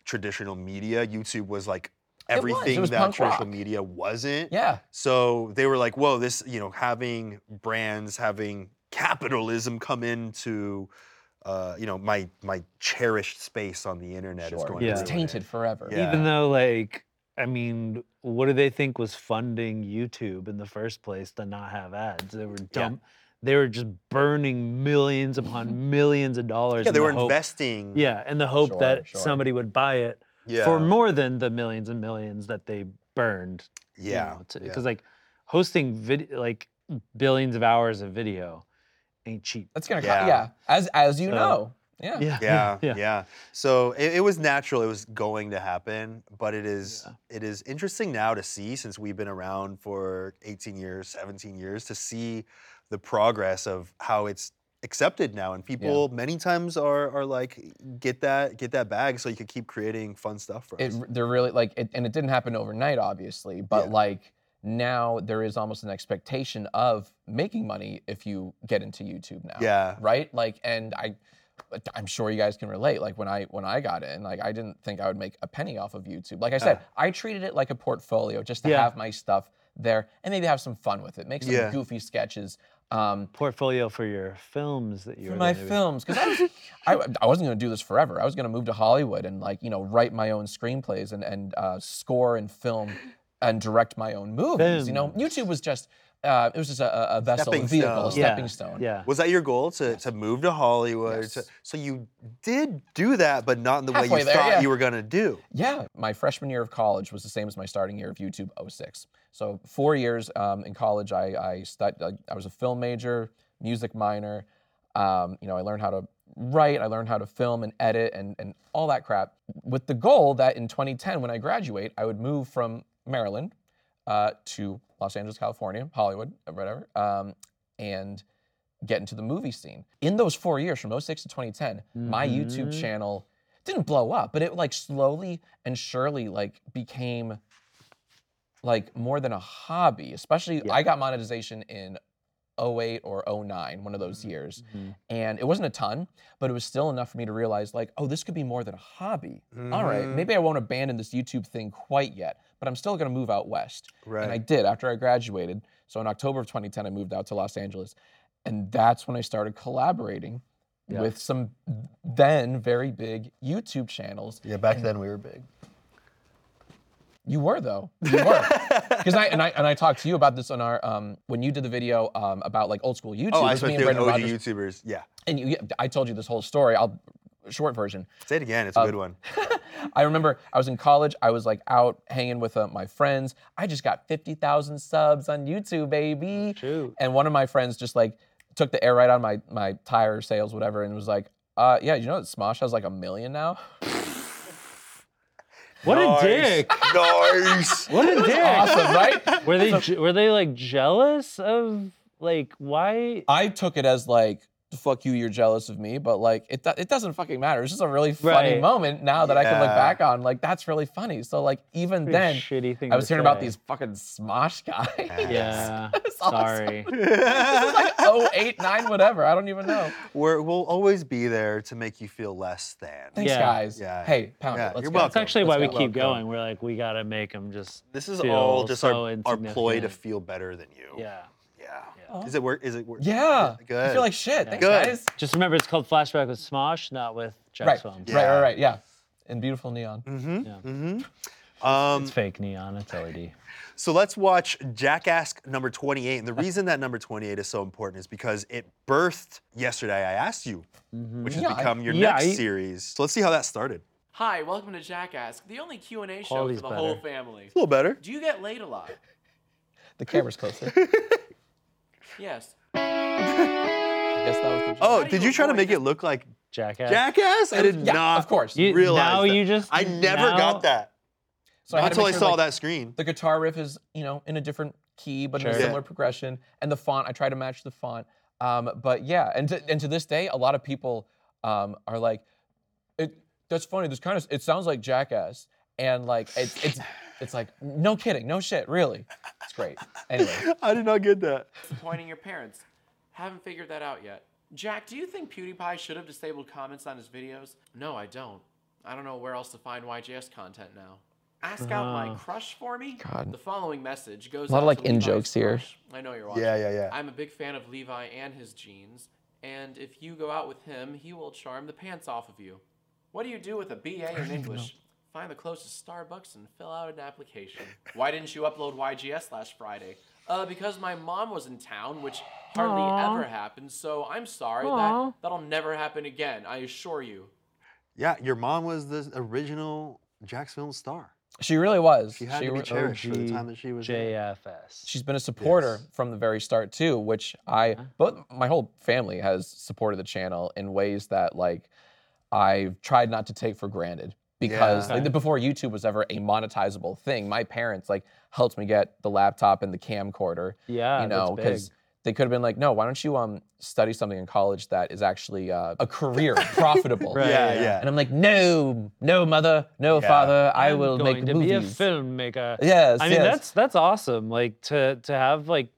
Speaker 3: anti-traditional media. YouTube was like
Speaker 2: It was. It
Speaker 3: everything
Speaker 2: was
Speaker 3: that
Speaker 2: punk
Speaker 3: traditional
Speaker 2: rock.
Speaker 3: media wasn't.
Speaker 2: Yeah.
Speaker 3: So they were like, whoa, this, you know, having brands, having capitalism come into, uh, you know, my my cherished space on the internet is
Speaker 2: sure.
Speaker 3: going
Speaker 12: Yeah.
Speaker 3: to
Speaker 2: It's
Speaker 3: ruin it."
Speaker 2: tainted forever.
Speaker 3: Yeah.
Speaker 12: even though like I mean, what do they think was funding YouTube in the first place to not have ads? They were dumb. They were just burning millions upon millions of dollars.
Speaker 3: Mm-hmm. Yeah, they
Speaker 12: in the
Speaker 3: were
Speaker 12: hope-
Speaker 3: investing.
Speaker 12: Yeah, in the hope
Speaker 2: Sure,
Speaker 12: that
Speaker 2: sure.
Speaker 12: somebody would buy it
Speaker 3: Mm-hmm. Yeah.
Speaker 12: for more than the millions and millions that they burned.
Speaker 3: yeah.
Speaker 12: because
Speaker 3: yeah.
Speaker 12: like hosting video, like billions of hours of video, ain't cheap.
Speaker 2: That's gonna. Yeah.
Speaker 3: Yeah.
Speaker 2: yeah. As as you
Speaker 12: So-
Speaker 2: know. Yeah.
Speaker 12: Yeah,
Speaker 3: yeah, yeah. So it, it was natural. It was going to happen. But it is it is interesting now to see since we've been around for 18 years, 17 years, to see the progress of how it's accepted now. And people many times are are like, get that get that bag so you could keep creating fun stuff for
Speaker 2: It,
Speaker 3: us.
Speaker 2: they're really like, it, and it didn't happen overnight, obviously. But like now, there is almost an expectation of making money if you get into YouTube now.
Speaker 3: Yeah.
Speaker 2: Right. Like, and I. but I'm sure you guys can relate. Like when I when I got in, like I didn't think I would make a penny off of YouTube. Like I said, I treated it like a portfolio just to
Speaker 12: Yeah.
Speaker 2: have my stuff there and maybe have some fun with it, make some
Speaker 3: Yeah.
Speaker 2: goofy sketches. Um,
Speaker 12: Portfolio for your films that you're
Speaker 2: for my films because I, was, I, I wasn't going to do this forever. I was going to move to Hollywood and like you know write my own screenplays and and uh, score and film and direct my own movies. You know,
Speaker 12: Films.
Speaker 2: YouTube was just uh, it was just a, a- a vessel,
Speaker 3: Stepping
Speaker 2: a vehicle,
Speaker 3: stone.
Speaker 2: a
Speaker 12: Yeah,
Speaker 2: stepping stone.
Speaker 12: Yeah.
Speaker 3: Was that your goal to, to move to Hollywood?
Speaker 2: Yes.
Speaker 3: To, so you did do that, but not in the way
Speaker 2: Halfway
Speaker 3: you
Speaker 2: there,
Speaker 3: thought
Speaker 2: yeah.
Speaker 3: you were gonna do.
Speaker 2: Yeah, my freshman year of college was the same as my starting year of YouTube 06. So four years um, in college, I I, stud- I I was a film major, music minor. Um, you know, I learned how to write, I learned how to film and edit and and all that crap, with the goal that in 2010, when I graduate, I would move from Maryland uh, to Los Angeles, California, Hollywood, or whatever, um, and get into the movie scene. In those four years, from 06 to 2010, my YouTube channel didn't blow up, but it like slowly and surely like became like more than a hobby. Especially I got monetization in 08 or 09, one of those years. And it wasn't a ton, but it was still enough for me to realize like, oh, this could be more than a hobby. All right, maybe I won't abandon this YouTube thing quite yet, but I'm still gonna move out west. And I
Speaker 3: Right.
Speaker 2: did after I graduated. So in October of 2010, I moved out to Los Angeles. And that's when I started collaborating with some then very big YouTube channels.
Speaker 3: Yeah, back then we were big.
Speaker 2: You were though. You were. Because I and I and I talked to you about this on our um when you did the video um about like old school YouTube.
Speaker 3: Oh, I
Speaker 2: it's
Speaker 3: was
Speaker 2: me and
Speaker 3: doing
Speaker 2: Brendan
Speaker 3: OG
Speaker 2: Rodgers.
Speaker 3: YouTubers. Yeah.
Speaker 2: And you, I told you this whole story. I'll short version.
Speaker 3: Say it again. It's a
Speaker 2: Um,
Speaker 3: good one.
Speaker 2: I remember I was in college. I was like out hanging with uh, my friends. I just got 50,000 subs on YouTube, baby.
Speaker 12: Shoot.
Speaker 2: And one of my friends just like took the air right out of my, my tire sales, whatever, and was like, uh, yeah, you know that Smosh has like a million now?
Speaker 12: What
Speaker 3: Nice.
Speaker 12: a dick.
Speaker 3: nice.
Speaker 12: What a dick.
Speaker 2: Awesome, right?
Speaker 12: Were they je- were they like jealous of like why?
Speaker 2: I took it as like, fuck you, you're jealous of me, but like it, do- it doesn't fucking matter. It's just a really funny
Speaker 13: Right.
Speaker 2: moment now that I can look
Speaker 3: Yeah.
Speaker 2: back on. Like that's really funny. So like even
Speaker 13: Pretty
Speaker 2: then,
Speaker 13: shitty thing
Speaker 2: I was
Speaker 13: to
Speaker 2: hearing about
Speaker 13: say.
Speaker 2: these fucking Smosh guys.
Speaker 13: Yeah.
Speaker 2: It's awesome.
Speaker 13: Sorry.
Speaker 2: like oh eight nine whatever. I don't even know.
Speaker 3: We're, we'll always be there to make you feel less than.
Speaker 2: Thanks
Speaker 13: Yeah.
Speaker 2: guys.
Speaker 3: Yeah.
Speaker 2: Hey, pound
Speaker 3: Yeah,
Speaker 2: it. Let's
Speaker 3: you're
Speaker 2: go.
Speaker 3: welcome.
Speaker 13: That's actually why
Speaker 2: Let's
Speaker 13: we
Speaker 2: go.
Speaker 13: keep going. We're like, we gotta make them just.
Speaker 3: This is
Speaker 13: feel
Speaker 3: all just
Speaker 13: so
Speaker 3: our, our ploy to
Speaker 13: insignificant.
Speaker 3: feel better than you.
Speaker 13: Yeah.
Speaker 3: Yeah.
Speaker 2: Yeah.
Speaker 3: Is it work? Is it work?
Speaker 2: Yeah.
Speaker 3: Good.
Speaker 2: I feel like shit. Thanks
Speaker 3: Good.
Speaker 2: guys.
Speaker 13: Just remember, it's called Flashback with Smosh, not with
Speaker 2: Right.
Speaker 13: Jack's Film.
Speaker 2: Right.
Speaker 3: Yeah.
Speaker 2: Right. Right. Yeah. And beautiful neon.
Speaker 3: Mm-hmm.
Speaker 13: Yeah.
Speaker 3: Mm-hmm. Um,
Speaker 14: It's fake neon. It's
Speaker 13: E
Speaker 14: LED.
Speaker 3: So let's watch Jackass number 28. And the reason that number 28 is so important is because it birthed Yesterday I Asked You, which has
Speaker 2: Yeah, I-
Speaker 3: become your
Speaker 13: yeah,
Speaker 3: next
Speaker 13: I-
Speaker 3: series. So let's see how that started.
Speaker 5: Hi, welcome to Jackass, the only Q&A show
Speaker 13: Quality's
Speaker 5: for the whole
Speaker 13: better.
Speaker 5: family.
Speaker 3: A little better.
Speaker 5: Do you get laid a lot?
Speaker 2: The camera's closer.
Speaker 5: Yes.
Speaker 2: I guess that was the joke.
Speaker 3: Oh,
Speaker 5: do
Speaker 3: did
Speaker 5: you
Speaker 3: you try to
Speaker 5: avoid
Speaker 3: make it look like
Speaker 13: Jackass.
Speaker 3: Jackass? I
Speaker 2: It was-
Speaker 3: did
Speaker 2: yeah,
Speaker 3: not
Speaker 2: of course.
Speaker 13: You-
Speaker 3: realize
Speaker 13: now
Speaker 3: that.
Speaker 13: you just-
Speaker 3: I never
Speaker 13: now-
Speaker 3: got that
Speaker 2: So had to
Speaker 3: until
Speaker 2: make
Speaker 3: I
Speaker 2: sure,
Speaker 3: saw
Speaker 2: like,
Speaker 3: that screen.
Speaker 2: the guitar riff is you know in a different key but in a
Speaker 13: Sure.
Speaker 2: similar
Speaker 3: Yeah.
Speaker 2: progression and the font i try to match the font um, but yeah and to, and to this day a lot of people um, are like it, that's funny this kind of it sounds like jackass and like it's it's it's like no kidding no shit really it's great anyway
Speaker 3: I did not get that.
Speaker 5: Disappointing your parents. Haven't figured that out yet. Jack, do you think PewDiePie should have disabled comments on his videos? No, I don't. I don't know where else to find YJS content now. Ask out my crush for me?
Speaker 2: God.
Speaker 5: The following message goes
Speaker 2: A lot of,
Speaker 5: out
Speaker 2: like,
Speaker 5: to Levi's
Speaker 2: in-jokes here.
Speaker 5: crush. I know you're watching.
Speaker 3: Yeah, yeah, yeah.
Speaker 5: I'm a big fan of Levi and his jeans, and if you go out with him, he will charm the pants off of you. What do you do with a BA in English? Find the closest Starbucks and fill out an application. Why didn't you upload YGS last Friday? Uh, because my mom was in town, which hardly ever happens, so I'm sorry. That, that'll never happen again, I assure you.
Speaker 3: Yeah, your mom was the original Jack's film star.
Speaker 2: she really was
Speaker 3: She had to
Speaker 2: re- oh,
Speaker 3: be cherished for the
Speaker 13: OG
Speaker 3: time that she was. there.
Speaker 13: JFS.
Speaker 2: she's been a supporter from the very start too which i both my whole family has supported the channel in ways that like i've tried not to take for granted because
Speaker 13: Yeah.
Speaker 2: like, before youtube was ever a monetizable thing my parents like helped me get the laptop and the camcorder
Speaker 13: Yeah,
Speaker 2: you
Speaker 13: Ah, that's
Speaker 2: know because they could have been like no why don't you um study something in college that is actually uh, a career profitable
Speaker 13: Right.
Speaker 3: Yeah,
Speaker 13: Yeah.
Speaker 3: yeah.
Speaker 2: and i'm like no no mother no
Speaker 3: Yeah.
Speaker 2: father i
Speaker 13: I'm
Speaker 2: will
Speaker 13: going
Speaker 2: make
Speaker 13: to
Speaker 2: movies
Speaker 13: be a filmmaker.
Speaker 2: yes
Speaker 13: I mean,
Speaker 2: yes.
Speaker 13: that's that's awesome. Like to to have like,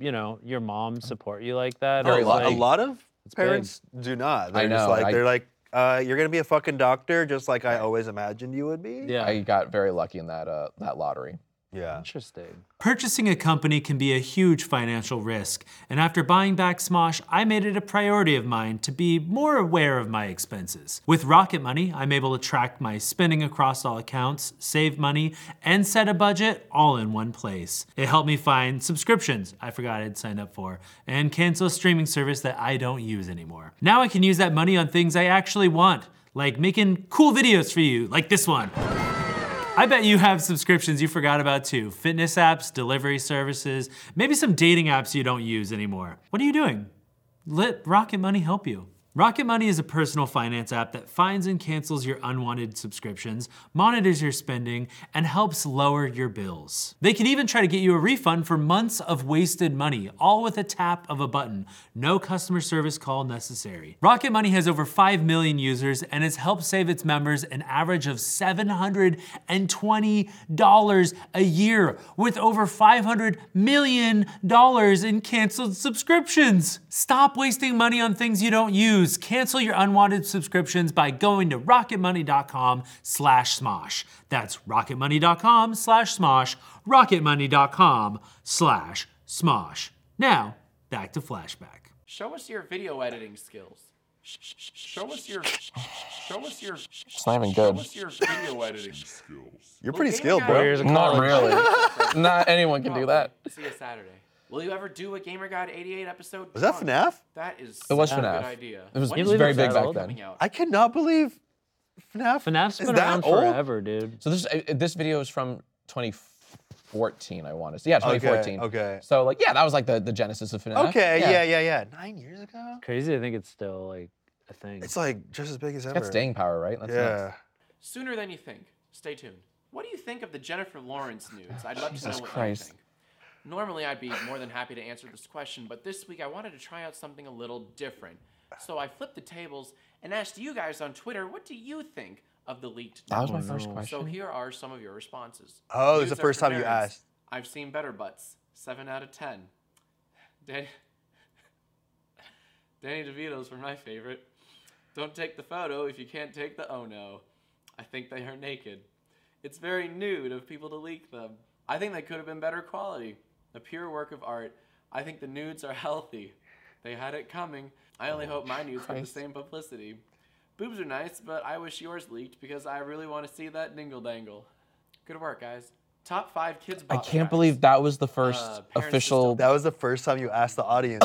Speaker 13: you know, your mom support you like that.
Speaker 2: Very
Speaker 13: is,
Speaker 3: a, lot, a
Speaker 13: like-
Speaker 3: lot of
Speaker 13: big.
Speaker 3: parents do not. They're
Speaker 2: I
Speaker 3: just
Speaker 2: know,
Speaker 3: like
Speaker 2: I-
Speaker 3: they're like, uh, you're gonna be a fucking doctor, just like I always imagined you would be.
Speaker 13: Yeah.
Speaker 2: I got very lucky in that uh, that lottery.
Speaker 3: Yeah.
Speaker 13: Interesting.
Speaker 1: Purchasing a company can be a huge financial risk, and after buying back Smosh, I made it a priority of mine to be more aware of my expenses. With Rocket Money, I'm able to track my spending across all accounts, save money, and set a budget all in one place. It helped me find subscriptions I forgot I'd signed up for and cancel a streaming service that I don't use anymore. Now I can use that money on things I actually want, like making cool videos for you, like this one. I bet you have subscriptions you forgot about too fitness apps, delivery services, maybe some dating apps you don't use anymore. What are you doing? Let Rocket Money help you. Rocket Money is a personal finance app that finds and cancels your unwanted subscriptions, monitors your spending, and helps lower your bills. They can even try to get you a refund for months of wasted money, all with a tap of a button. No customer service call necessary. Rocket Money has over 5 million users and has helped save its members an average of $720 a year with over $500 million in canceled subscriptions. Stop wasting money on things you don't use. Cancel your unwanted subscriptions by going to rocketmoney.com slash smosh. That's rocketmoney.com slash smosh, rocketmoney.com slash smosh. Now, back to flashback.
Speaker 5: Show us your video editing skills. Sh- sh- sh- Show us your. sh- sh- Show us your. sh- sh-
Speaker 2: It's not even
Speaker 5: Show
Speaker 2: good.
Speaker 5: us your video editing skills.
Speaker 3: You're pretty
Speaker 5: Look,
Speaker 3: skilled,
Speaker 5: Gamer
Speaker 3: bro.
Speaker 5: Guy-
Speaker 13: Here's a
Speaker 2: Not
Speaker 13: college-
Speaker 2: really. Not anyone can do that.
Speaker 5: Oh, See you Saturday. Will you ever do a Gamer God 88 episode?
Speaker 3: Was that
Speaker 5: drunk?
Speaker 3: FNAF?
Speaker 5: That is
Speaker 2: It was
Speaker 5: such a
Speaker 2: FNAF.
Speaker 5: good idea.
Speaker 2: It was
Speaker 5: When is
Speaker 13: believe
Speaker 2: very
Speaker 13: it's
Speaker 2: big
Speaker 13: that
Speaker 2: back
Speaker 13: old?
Speaker 2: then.
Speaker 5: coming out?
Speaker 3: I cannot believe FNAF.
Speaker 13: FNAF's
Speaker 3: is
Speaker 13: been
Speaker 3: that
Speaker 13: around
Speaker 3: old?
Speaker 13: forever, dude.
Speaker 2: So this uh, this video is from 2014, I want to say. Yeah, 2014.
Speaker 3: okay.
Speaker 2: So like, yeah, that was like the, the genesis of FNAF.
Speaker 3: Okay. Yeah. yeah. Yeah. Nine years ago.
Speaker 13: Crazy. I think it's still like a thing.
Speaker 3: It's like just as big as ever.
Speaker 2: That's staying power, right? That's nuts.
Speaker 3: Yeah.
Speaker 5: Sooner than you think. Stay tuned. What do you think of the Jennifer Lawrence nudes? I'd love to know what
Speaker 2: Christ.
Speaker 5: you think. Normally, I'd be more than happy to answer this question, but this week I wanted to try out something a little different. So I flipped the tables and asked you guys on Twitter, what do you think of the leaked?
Speaker 2: That was my
Speaker 5: numbers?
Speaker 2: first
Speaker 5: So
Speaker 2: question.
Speaker 5: here are some of your responses.
Speaker 3: Oh, it's
Speaker 5: News
Speaker 3: the first
Speaker 5: after
Speaker 3: time you
Speaker 5: parents.
Speaker 3: asked.
Speaker 5: I've seen better butts. Seven out of ten. Danny, Danny DeVito's were my favorite. Don't take the photo if you can't take the oh no. I think they are naked. It's very nude of people to leak them. I think they could have been better quality. A pure work of art. I think the nudes are healthy. They had it coming. I only hope my nudes get the
Speaker 2: Christ.
Speaker 5: same publicity. Boobs are nice, but I wish yours leaked because I really want to see that dingle dangle. Good work, guys. Top five kids.
Speaker 2: I
Speaker 5: bot
Speaker 2: can't
Speaker 5: facts.
Speaker 2: believe that was the first
Speaker 5: parents
Speaker 2: official. Oh,
Speaker 3: That was the first time you asked the audience.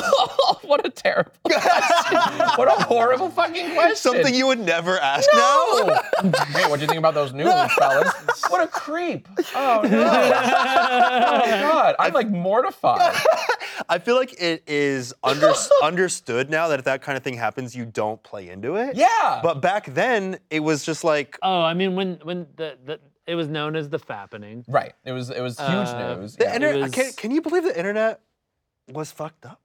Speaker 2: what a terrible question. what a horrible fucking question.
Speaker 3: Something you would never ask now?
Speaker 2: No. hey, what do you think about those new ones, fellas? What a creep. Oh no. oh god, I'm like mortified.
Speaker 3: I feel like it is under, understood now that if that kind of thing happens, you don't play into it.
Speaker 2: Yeah.
Speaker 3: But back then, it was just like,
Speaker 12: Oh, I mean, when when the, the it was known as the fappening.
Speaker 2: right. It was it was huge
Speaker 12: Uh,
Speaker 2: news.
Speaker 3: the
Speaker 2: yeah.
Speaker 3: inter-
Speaker 12: was-
Speaker 3: can, can you believe the internet was fucked up?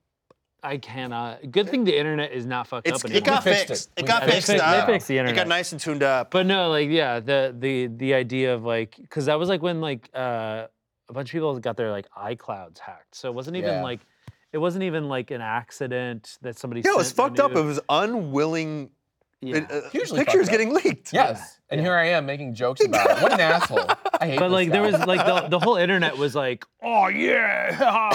Speaker 12: I cannot. Good thing the internet is not fucked
Speaker 3: It's,
Speaker 12: up anymore.
Speaker 3: it got
Speaker 2: We fixed
Speaker 3: fixed.
Speaker 2: it.
Speaker 3: It
Speaker 2: We
Speaker 3: got
Speaker 12: They
Speaker 3: fixed.
Speaker 12: fixed-
Speaker 3: up.
Speaker 12: they fixed the
Speaker 3: It
Speaker 12: internet.
Speaker 3: got nice and tuned up.
Speaker 12: But no, like yeah, the the the idea of like because that was like when like uh, a bunch of people got their like iClouds hacked. So it wasn't even
Speaker 2: Yeah.
Speaker 12: like it wasn't even like an accident that somebody.
Speaker 3: yeah, it was
Speaker 12: sent
Speaker 3: fucked
Speaker 12: the
Speaker 3: up. It
Speaker 12: nude.
Speaker 3: was unwilling.
Speaker 12: Yeah.
Speaker 3: it, uh,
Speaker 2: Hugely fucked
Speaker 3: pictures
Speaker 2: up.
Speaker 3: getting leaked.
Speaker 2: Yes. And here I am making jokes about it. What an asshole. I hate
Speaker 12: uh, but
Speaker 2: this
Speaker 12: like there
Speaker 2: guy.
Speaker 12: was like the, the whole internet was like oh yeah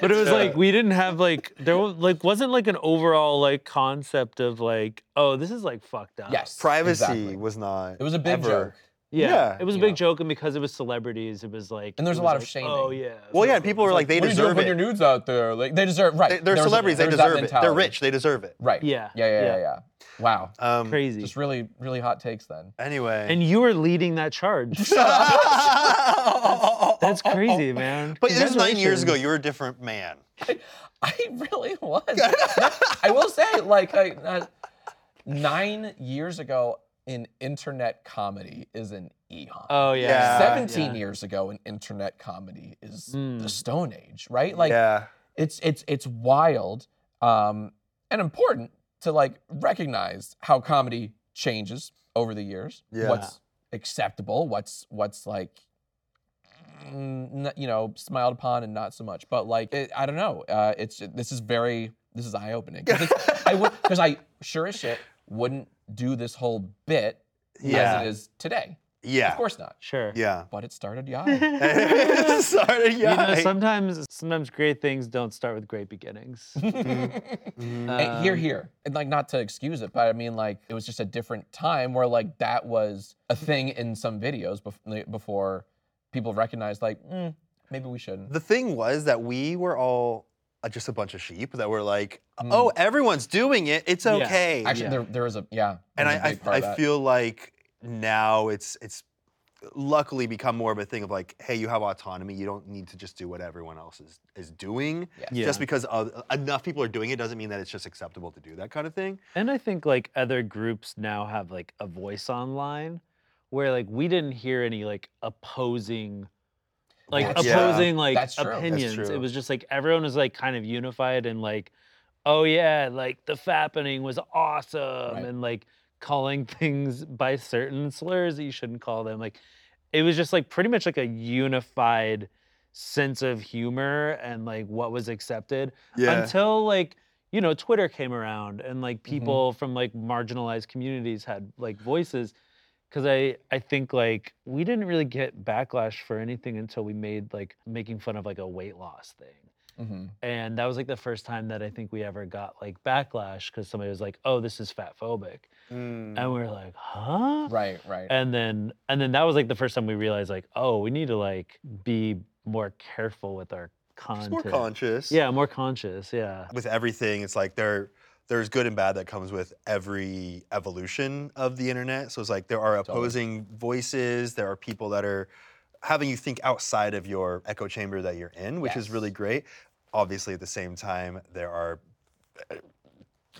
Speaker 12: but it was like we didn't have like there wa- like wasn't like an overall like concept of like oh this is like fucked up
Speaker 2: Yes.
Speaker 3: Privacy
Speaker 2: exactly.
Speaker 3: was not.
Speaker 2: It was a big
Speaker 3: ever.
Speaker 2: joke.
Speaker 12: yeah,
Speaker 3: Yeah.
Speaker 12: it was a
Speaker 2: You
Speaker 12: big
Speaker 2: know.
Speaker 12: joke and because it was celebrities it was like
Speaker 2: And there's
Speaker 12: it
Speaker 2: a
Speaker 12: was
Speaker 2: lot of
Speaker 12: like,
Speaker 2: shaming.
Speaker 12: oh yeah
Speaker 3: Well, yeah, and people were like, they
Speaker 2: what are you doing
Speaker 3: deserve
Speaker 2: putting your
Speaker 3: it.
Speaker 2: nudes out there? Like they deserve right.
Speaker 3: They-
Speaker 2: there
Speaker 3: They're
Speaker 2: was a-
Speaker 3: celebrities. They
Speaker 2: there was that
Speaker 3: deserve it. They're
Speaker 2: mentality.
Speaker 3: rich. They deserve it.
Speaker 2: Right.
Speaker 12: Yeah,
Speaker 2: Yeah. Yeah. Yeah.
Speaker 12: yeah.
Speaker 2: Yeah. Wow.
Speaker 3: Um,
Speaker 12: crazy
Speaker 2: Just really, really hot takes then.
Speaker 3: Anyway.
Speaker 12: and you were leading that charge that's crazy man
Speaker 3: But this is nine years ago. You were a different man.
Speaker 2: I really was. I will say, like, I, uh, nine years ago, in internet comedy is an eon.
Speaker 12: oh yeah,
Speaker 3: Uh, Yeah.
Speaker 2: 17
Speaker 12: yeah.
Speaker 2: years ago, an internet comedy is the
Speaker 12: Mm.
Speaker 2: Stone Age, right? Like,
Speaker 3: yeah.
Speaker 2: it's it's it's wild um, and important to like recognize how comedy changes over the years.
Speaker 3: Yeah.
Speaker 2: What's acceptable? What's what's like mm, n- you know smiled upon and not so much. But like it, I don't know. Uh, it's this is very this is eye opening because I sure as shit wouldn't do this whole bit
Speaker 3: Yeah.
Speaker 2: as it is today. Of
Speaker 3: Yeah.
Speaker 2: course not.
Speaker 12: sure
Speaker 3: Yeah.
Speaker 2: But it started yeah.
Speaker 3: Sorry. Yeah.
Speaker 12: You know, sometimes sometimes great things don't start with great beginnings.
Speaker 2: And here,
Speaker 12: Um,
Speaker 2: here, and like not to excuse it, but I mean, like it was just a different time where like that was a thing in some videos bef- before people recognized like mm, maybe we shouldn't.
Speaker 3: the thing was that we were all uh, just a bunch of sheep that were like, oh, everyone's doing it. It's
Speaker 12: Mm. Yeah.
Speaker 3: okay.
Speaker 2: Actually,
Speaker 12: yeah.
Speaker 2: there there was a yeah,
Speaker 3: and
Speaker 2: there was a
Speaker 3: I,
Speaker 2: big part
Speaker 3: I,
Speaker 2: of
Speaker 3: I
Speaker 2: that.
Speaker 3: feel like now it's it's luckily become more of a thing of like, hey, you have autonomy. You don't need to just do what everyone else is is doing.
Speaker 2: Yes.
Speaker 12: Yeah.
Speaker 3: Just because oth- enough people are doing it doesn't mean that it's just acceptable to do that kind of thing.
Speaker 12: And I think like other groups now have like a voice online where like we didn't hear any like opposing like
Speaker 2: That's-
Speaker 3: Yeah.
Speaker 12: opposing like
Speaker 2: That's true. That's
Speaker 12: opinions.
Speaker 3: true.
Speaker 12: It was just like everyone was like kind of unified and like, oh yeah, like the fappening was awesome
Speaker 2: Right.
Speaker 12: and like calling things by certain slurs that you shouldn't call them. Like it was just like pretty much like a unified sense of humor and like what was accepted until like you know twitter came around and like people from like marginalized communities had like voices because i i think like we didn't really get backlash for anything until we made like making fun of like a weight loss thing
Speaker 2: Mhm.
Speaker 12: and that was like the first time that i think we ever got like backlash because somebody was like oh this is fat phobic and we were like huh
Speaker 2: Right, right.
Speaker 12: and then and then that was like the first time we realized like oh we need to like be more careful with our
Speaker 3: Just
Speaker 12: content
Speaker 3: more conscious.
Speaker 12: yeah more conscious yeah
Speaker 3: with everything, it's like there there's good and bad that comes with every evolution of the internet. So it's like there are opposing voices, there are people that are having you think outside of your echo chamber that you're in, which is
Speaker 2: Yes.
Speaker 3: really great. Obviously, at the same time, there are eh,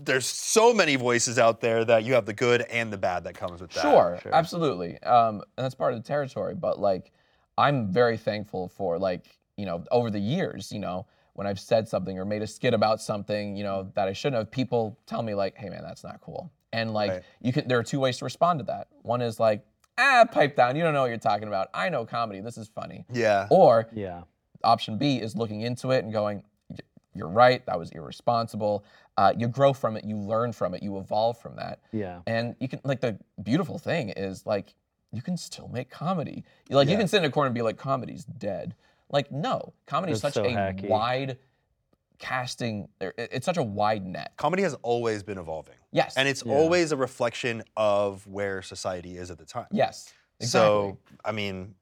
Speaker 3: there's so many voices out there that you have the good and the bad that comes with that.
Speaker 2: Sure,
Speaker 12: Sure.
Speaker 2: absolutely. Um, and that's part of the territory. But like, I'm very thankful for like, you know, over the years, you know, when I've said something or made a skit about something, you know, that I shouldn't have, people tell me like, "Hey man, that's not cool." And like you can there are two ways to respond to that. One is like, "Ah, pipe down. You don't know what you're talking about. I know comedy. This is funny."
Speaker 3: Yeah.
Speaker 2: Or
Speaker 12: yeah.
Speaker 2: option B is looking into it and going, "Y- "You're right. That was irresponsible." Uh, you grow from it. You learn from it. You evolve from that.
Speaker 12: Yeah.
Speaker 2: And you can like the beautiful thing is like you can still make comedy. You- Like you can sit in a corner and be like, comedy's dead. Like no, comedy is
Speaker 12: That's
Speaker 2: such
Speaker 12: so
Speaker 2: a
Speaker 12: hacky.
Speaker 2: wide casting. there- it- It's such a wide net.
Speaker 3: Comedy has always been evolving.
Speaker 2: Yes.
Speaker 3: And it's
Speaker 2: Yeah.
Speaker 3: always a reflection of where society is at the time.
Speaker 2: Yes,
Speaker 3: So, I mean,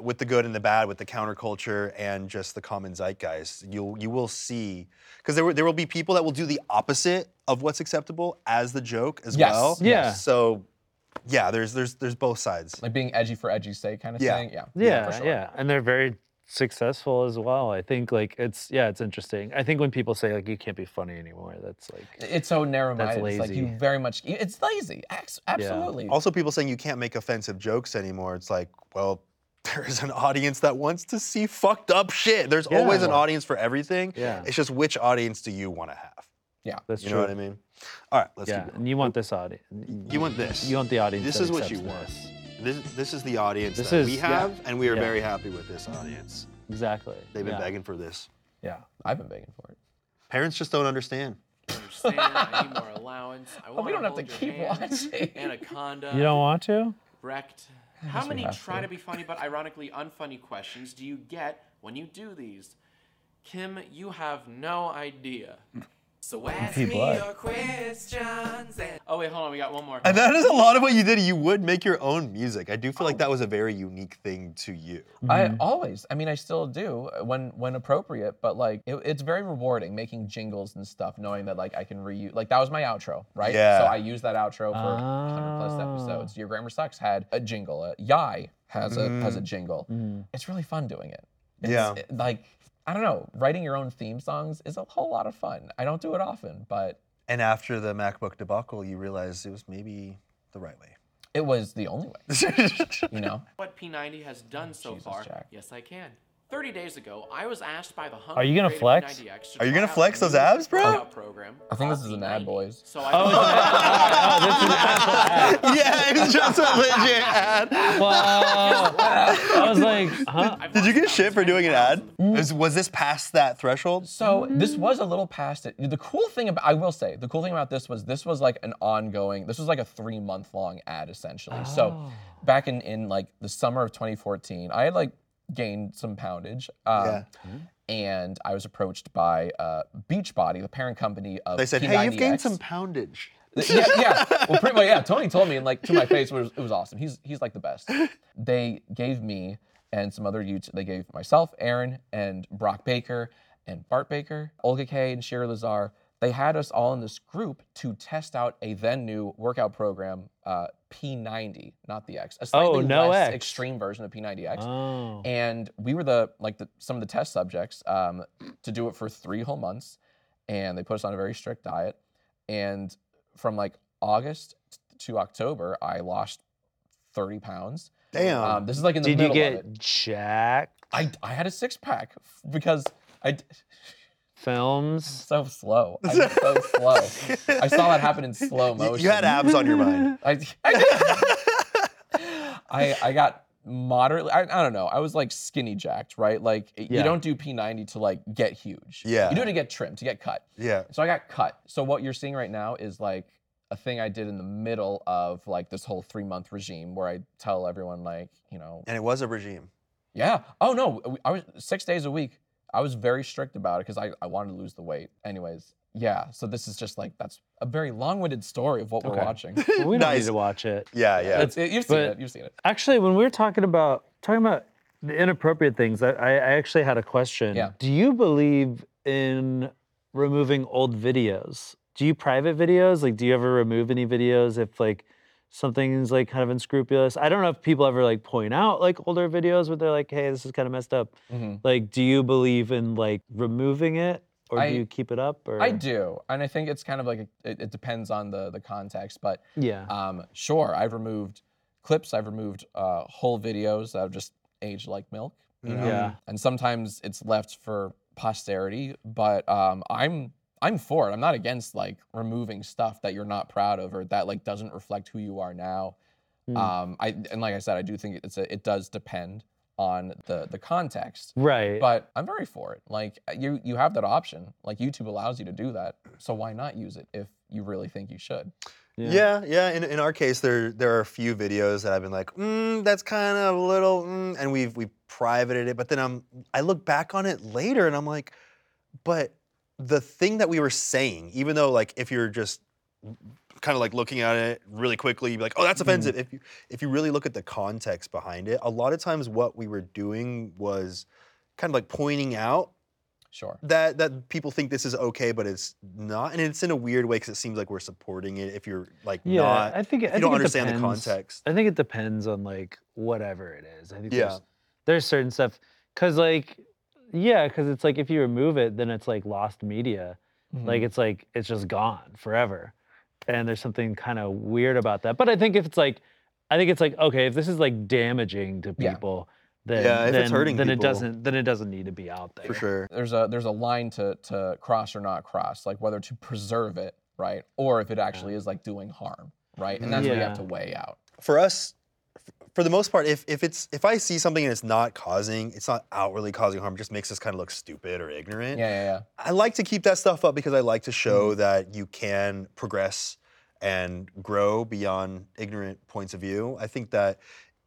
Speaker 3: with the good and the bad, with the counterculture and just the common zeitgeist, you you will see because there will- there will be people that will do the opposite of what's acceptable as the joke as
Speaker 2: Yes,
Speaker 3: well.
Speaker 2: yeah.
Speaker 3: So, yeah, there's there's there's both sides.
Speaker 2: Like being edgy for edgy's sake, kind of
Speaker 3: Yeah.
Speaker 2: thing. Yeah.
Speaker 12: Yeah,
Speaker 2: for
Speaker 12: yeah,
Speaker 2: sure.
Speaker 12: and they're very successful as well. I think like it's yeah, it's interesting. I think when people say like you can't be funny anymore, that's like
Speaker 2: It's so narrow-minded. It's like you
Speaker 12: lazy.
Speaker 2: very much. It's lazy. Abs- Absolutely.
Speaker 3: Also, people saying you can't make offensive jokes anymore. It's like, well, there is an audience that wants to see fucked up shit. There's always an
Speaker 2: Yeah.
Speaker 3: audience for everything.
Speaker 12: Yeah.
Speaker 3: It's just which audience do you want to have?
Speaker 2: Yeah.
Speaker 12: that's
Speaker 3: you
Speaker 12: true.
Speaker 3: know what I mean? All right, let's
Speaker 12: yeah,
Speaker 3: keep going.
Speaker 12: and you want this audience.
Speaker 3: You want this.
Speaker 12: You want the audience.
Speaker 3: This
Speaker 12: that
Speaker 3: is what you
Speaker 12: accepts
Speaker 3: want.
Speaker 12: this.
Speaker 3: This, this is the audience
Speaker 12: This
Speaker 3: that
Speaker 12: is-
Speaker 3: we
Speaker 12: yeah.
Speaker 3: have, and we are
Speaker 12: Yeah.
Speaker 3: very happy with this audience.
Speaker 12: Exactly.
Speaker 3: They've been
Speaker 12: yeah.
Speaker 3: begging for this.
Speaker 2: Yeah. I've been begging for it.
Speaker 3: Parents just don't understand.
Speaker 5: understand. I need more allowance. I want
Speaker 2: we don't
Speaker 5: to
Speaker 2: have to
Speaker 5: hold your
Speaker 2: keep
Speaker 5: hand.
Speaker 2: watching.
Speaker 5: Anaconda.
Speaker 1: You don't want to?
Speaker 5: Wrecked.
Speaker 1: I
Speaker 5: How
Speaker 1: guess we
Speaker 5: many
Speaker 1: have
Speaker 5: try
Speaker 1: to.
Speaker 5: to. be funny but ironically unfunny questions do you get when you do these? Kim, you have no idea. So ask
Speaker 10: People
Speaker 5: me
Speaker 10: are.
Speaker 5: your questions. And... Oh wait, hold on, we got one more.
Speaker 3: And that is a lot of what you did. You would make your own music. I do feel like that was a very unique thing to you.
Speaker 2: I always. I mean, I still do uh, when when appropriate. But like, it- it's very rewarding making jingles and stuff, knowing that like I can reuse. Like that was my outro, right?
Speaker 3: Yeah. Ah.
Speaker 2: So I used that outro for 100 plus episodes. Your Grammar Sucks had a jingle. Uh, Yai has a has a
Speaker 3: Mhm.
Speaker 2: jingle. It's really fun doing it. It's,
Speaker 3: Yeah.
Speaker 2: it- like I don't know, writing your own theme songs is a whole lot of fun. I don't do it often, but
Speaker 3: And after the MacBook debacle, you realized it was maybe the right way.
Speaker 2: it was the only way. you know.
Speaker 5: What P90 has done so far? Yes, I can. 30 days ago, I was asked by the hungry
Speaker 1: Are you gonna
Speaker 5: creative
Speaker 1: flex?
Speaker 5: P90X to
Speaker 3: Are you
Speaker 5: try
Speaker 3: gonna
Speaker 5: out
Speaker 3: flex
Speaker 5: a
Speaker 3: those
Speaker 5: new
Speaker 3: abs, bro?
Speaker 5: workout Program. Uh,
Speaker 2: I think this is an ad, boys.
Speaker 5: So I oh,
Speaker 3: yeah, it's just a legit ad.
Speaker 1: I was like, huh?
Speaker 3: Did you get shit for doing an ad? Is- was this past that threshold?
Speaker 2: So this was a little past it. The cool thing about I will say the cool thing about this was this was like an ongoing. This was like a three month long ad essentially. So back in in like the summer of 2014, I had like gained some poundage. Um,
Speaker 3: Yeah.
Speaker 2: And I was approached by uh, Beachbody, the parent company of.
Speaker 3: They said, hey, you've gained
Speaker 2: P90X."
Speaker 3: some poundage.
Speaker 2: yeah, yeah. Well, pretty well, yeah. Tony told me, and like to my face, it was, it was awesome. He's he's like the best. They gave me and some other YouTube. They gave myself, Aaron, and Brock Baker, and Bart Baker, Olga Kay, and Shira Lazar. They had us all in this group to test out a then new workout program, uh, P90, not the X, a slightly
Speaker 12: Oh, no
Speaker 2: less
Speaker 12: X.
Speaker 2: extreme version of P90X.
Speaker 12: Oh.
Speaker 2: And we were the like the, some of the test subjects um, to do it for three whole months, and they put us on a very strict diet. And from like August t- to October, I lost 30 pounds.
Speaker 3: Damn.
Speaker 2: Um, this is like in the
Speaker 12: Oh. Did you
Speaker 2: middle
Speaker 12: get
Speaker 2: of it.
Speaker 12: jacked?
Speaker 2: I, I had a six pack f- because I d-
Speaker 12: Films.
Speaker 2: so slow. I was so slow. I saw that happen in slow
Speaker 3: You,
Speaker 2: motion.
Speaker 3: you had abs on your mind.
Speaker 2: I, I- I, I got moderately, I, I don't know, I was like skinny jacked, right? Like it-
Speaker 3: Yeah.
Speaker 2: you don't do P90 to like get huge.
Speaker 3: Yeah.
Speaker 2: You do it to get trim, to get cut.
Speaker 3: Yeah.
Speaker 2: So I got cut. So what you're seeing right now is like a thing I did in the middle of like this whole three month regime where I tell everyone like, you know,
Speaker 3: And it was a regime.
Speaker 2: yeah. Oh no, w- I was six days a week. I was very strict about it because I, I wanted to lose the weight. Anyways, yeah. So this is just like that's a very long winded story of what we're
Speaker 12: Okay.
Speaker 2: watching.
Speaker 12: we don't
Speaker 3: Nice.
Speaker 12: need to watch it.
Speaker 3: Yeah, yeah.
Speaker 2: It's- it- you've seen
Speaker 12: But-
Speaker 2: it. You've seen it.
Speaker 12: Actually, when we were talking about talking about the inappropriate things, I, I I actually had a question.
Speaker 2: Yeah.
Speaker 12: Do you believe in removing old videos? Do you private videos? Like, do you ever remove any videos if like something's like kind of unscrupulous? I don't know if people ever like point out like older videos where they're like, hey, this is kind of messed up.
Speaker 2: Mhm.
Speaker 12: Like, do you believe in like removing it, or
Speaker 2: I-
Speaker 12: do you keep it up? Or
Speaker 2: I do, and I think it's kind of like a, it, it depends on the the context, but
Speaker 12: Yeah.
Speaker 2: um, sure, I've removed clips, I've removed uh,
Speaker 3: Mm-hmm.
Speaker 2: whole videos that have just aged like milk, you know?
Speaker 12: Yeah.
Speaker 2: and sometimes it's left for posterity, but um, I'm I'm for it. I'm not against like removing stuff that you're not proud of or that like doesn't reflect who you are now.
Speaker 12: Mm.
Speaker 2: Um, I and like I said, I do think it's a, it does depend on the the context.
Speaker 12: Right.
Speaker 2: But I'm very for it. Like uh, you you have that option. Like YouTube allows you to do that, so why not use it if you really think you should?
Speaker 3: Yeah, yeah. In, in our case, there there are a few videos that I've been like, mm, that's kind of a little, mm, and we've we privated it. But then I'm I look back on it later, and I'm like, but the thing that we were saying, even though like if you're just kind of like looking at it really quickly, you'd be like, oh, that's offensive. If you if you really look at the context behind it, a lot of times what we were doing was kind of like pointing out
Speaker 2: Sure.
Speaker 3: that that people think this is okay, but it's not, and it's in a weird way because it seems like we're supporting it if you're like
Speaker 12: Yeah,
Speaker 3: not.
Speaker 12: I think
Speaker 3: if you
Speaker 12: I think
Speaker 3: don't
Speaker 12: it
Speaker 3: understand the
Speaker 12: depends.
Speaker 3: context.
Speaker 12: I think it depends on like whatever it is. I think
Speaker 3: Yeah.
Speaker 12: there's, there's certain stuff because like yeah, because it's like if you remove it, then it's like lost media.
Speaker 3: Mm.
Speaker 12: Like it's like it's just gone forever, and there's something kind of weird about that. But I think if it's like, I think it's like okay, if this is like damaging to
Speaker 2: Yeah.
Speaker 12: people, then
Speaker 3: Yeah, if
Speaker 12: then,
Speaker 3: it's hurting
Speaker 12: then it
Speaker 3: people.
Speaker 12: doesn't then it doesn't need to be out there.
Speaker 3: For sure.
Speaker 2: There's a there's a line to to cross or not cross, like whether to preserve it, right, or if it actually is like doing harm, right, and that's what you
Speaker 12: Yeah.
Speaker 2: have to weigh out.
Speaker 3: For us, f- for the most part, if if it's if I see something and it's not causing, it's not outwardly causing harm, it just makes us kind of look stupid or ignorant.
Speaker 2: Yeah, yeah, yeah.
Speaker 3: I like to keep that stuff up because I like to show that you can progress and grow beyond ignorant points of view. I think that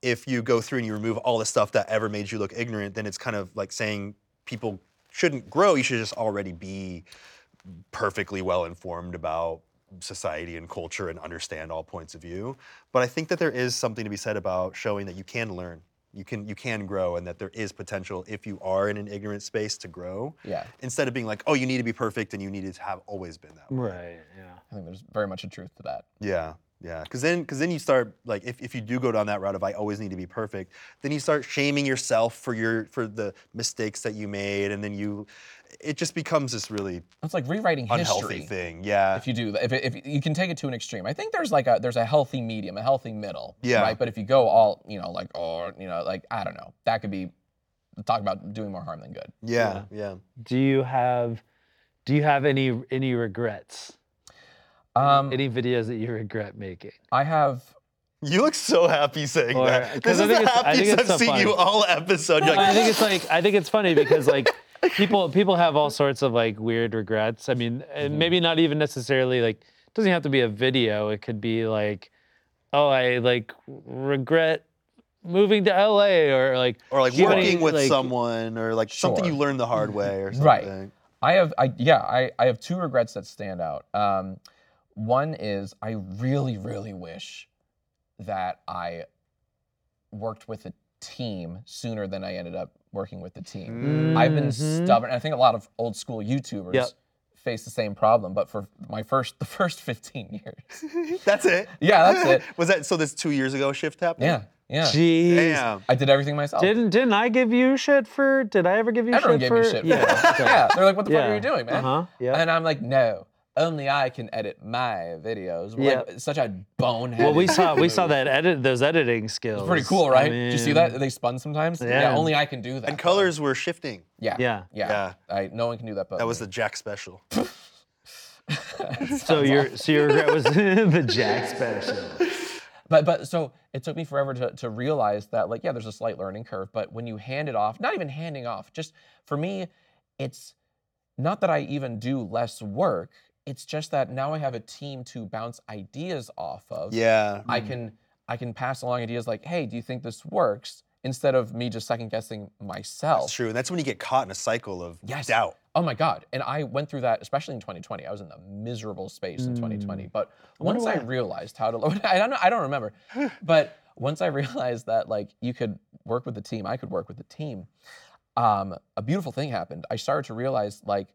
Speaker 3: if you go through and you remove all the stuff that ever made you look ignorant, then it's kind of like saying people shouldn't grow. You should just already be perfectly well informed about society and culture and understand all points of view. But I think that there is something to be said about showing that you can learn. You can you can grow and that there is potential if you are in an ignorant space to grow
Speaker 2: Yeah,
Speaker 3: instead of being like, oh, you need to be perfect and you need to have always been that way.
Speaker 12: Right. Yeah.
Speaker 2: I think there's very much a truth to that.
Speaker 3: Yeah. Yeah. Cause then cause then you start like if, if you do go down that route of I always need to be perfect, then you start shaming yourself for your for the mistakes that you made and then you it just becomes this really
Speaker 2: It's like rewriting
Speaker 3: unhealthy
Speaker 2: history.
Speaker 3: thing. Yeah.
Speaker 2: If you do, that- if, it- if you can take it to an extreme, I think there's like a there's a healthy medium, a healthy middle.
Speaker 3: Yeah.
Speaker 2: Right. But if you go all, you know, like or you know, like I don't know, that could be talk about doing more harm than good.
Speaker 3: yeah, yeah.
Speaker 12: Do you have do you have any any regrets?
Speaker 2: Um,
Speaker 12: any videos that you regret making?
Speaker 2: I have
Speaker 3: You look so happy saying
Speaker 12: Or-
Speaker 3: that.
Speaker 12: 'cause
Speaker 3: This
Speaker 12: I
Speaker 3: is
Speaker 12: think
Speaker 3: the
Speaker 12: it's- I
Speaker 3: happiest I've
Speaker 12: think it's so
Speaker 3: seen you
Speaker 12: funny.
Speaker 3: all episode. You're
Speaker 12: But I
Speaker 3: like,
Speaker 12: think it's like I think it's funny because like people people have all sorts of like weird regrets. I mean,
Speaker 2: Mm-hmm.
Speaker 12: and maybe not even necessarily like it doesn't have to be a video. It could be like, oh, I like regret moving to LA or like
Speaker 3: or like
Speaker 12: do you have
Speaker 3: working
Speaker 12: any,
Speaker 3: with
Speaker 12: like-
Speaker 3: someone or like something
Speaker 2: Sure.
Speaker 3: you learned the hard way or something.
Speaker 2: Right. I have, I yeah, I, I have two regrets that stand out. Um, one is I really, really wish that I worked with a team sooner than I ended up working with the team. Mm-hmm. I've been
Speaker 12: Mhm.
Speaker 2: stubborn. and I think a lot of old school YouTubers
Speaker 12: Yep.
Speaker 2: face the same problem. But for my first, the first 15 years,
Speaker 3: That's it.
Speaker 2: Yeah, that's it.
Speaker 3: Was that so this two years ago shift happened?
Speaker 2: yeah, yeah,
Speaker 12: Jeez.
Speaker 3: Damn.
Speaker 2: I did everything myself.
Speaker 12: Didn't didn't I give you shit for? Did I ever give you
Speaker 2: Everyone
Speaker 12: shit
Speaker 2: gave
Speaker 12: for?
Speaker 2: me shit. For
Speaker 12: Yeah.
Speaker 2: yeah,
Speaker 12: okay.
Speaker 2: yeah. They're like, "What the fuck
Speaker 12: Yeah.
Speaker 2: are you doing, man?"
Speaker 12: Uh-huh. Yeah.
Speaker 2: And I'm like, no, only I can edit my videos. We're Like, such a bonehead.
Speaker 12: Well, we saw we saw that edit those editing skills.
Speaker 2: It's pretty cool, right?
Speaker 12: I
Speaker 2: Do you see
Speaker 12: mean,
Speaker 2: that? They spun sometimes.
Speaker 12: Yeah.
Speaker 2: only I can do that.
Speaker 3: And colors were shifting.
Speaker 2: Yeah.
Speaker 12: Yeah.
Speaker 2: Yeah. I, no one can do that but
Speaker 3: That was
Speaker 2: me.
Speaker 3: the Jack special.
Speaker 12: So your so your regret was the Jack special.
Speaker 2: But but so it took me forever to, to realize that like yeah, there's a slight learning curve, but when you hand it off, not even handing off, just for me, it's not that I even do less work. It's just that now I have a team to bounce ideas off of.
Speaker 3: Yeah.
Speaker 2: I can I can pass along ideas like, hey, do you think this works? Instead of me just second guessing myself.
Speaker 3: That's true. And that's when you get caught in a cycle of
Speaker 2: Yes.
Speaker 3: doubt.
Speaker 2: Oh my God. And I went through that, especially in 2020. I was in a miserable space in 2020. But once I realized how to, I don't know, I don't remember. but once I realized that like you could work with the team, I could work with the team, um, a beautiful thing happened. I started to realize like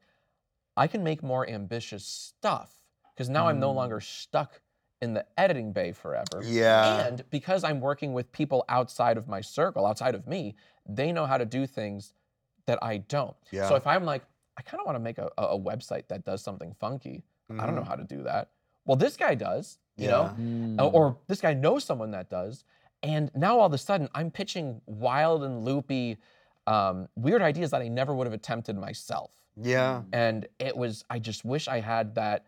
Speaker 2: I can make more ambitious stuff because now I'm no longer stuck in the editing bay forever.
Speaker 3: Yeah.
Speaker 2: And because I'm working with people outside of my circle, outside of me, they know how to do things that I don't.
Speaker 3: Yeah.
Speaker 2: So if I'm like, I kind of want to make a, a a website that does something funky, I don't know how to do that. Well, this guy does, you know? Uh, or this guy knows someone that does. And now all of a sudden, I'm pitching wild and loopy um, weird ideas that I never would have attempted myself.
Speaker 3: Yeah.
Speaker 2: And it was, I just wish I had that.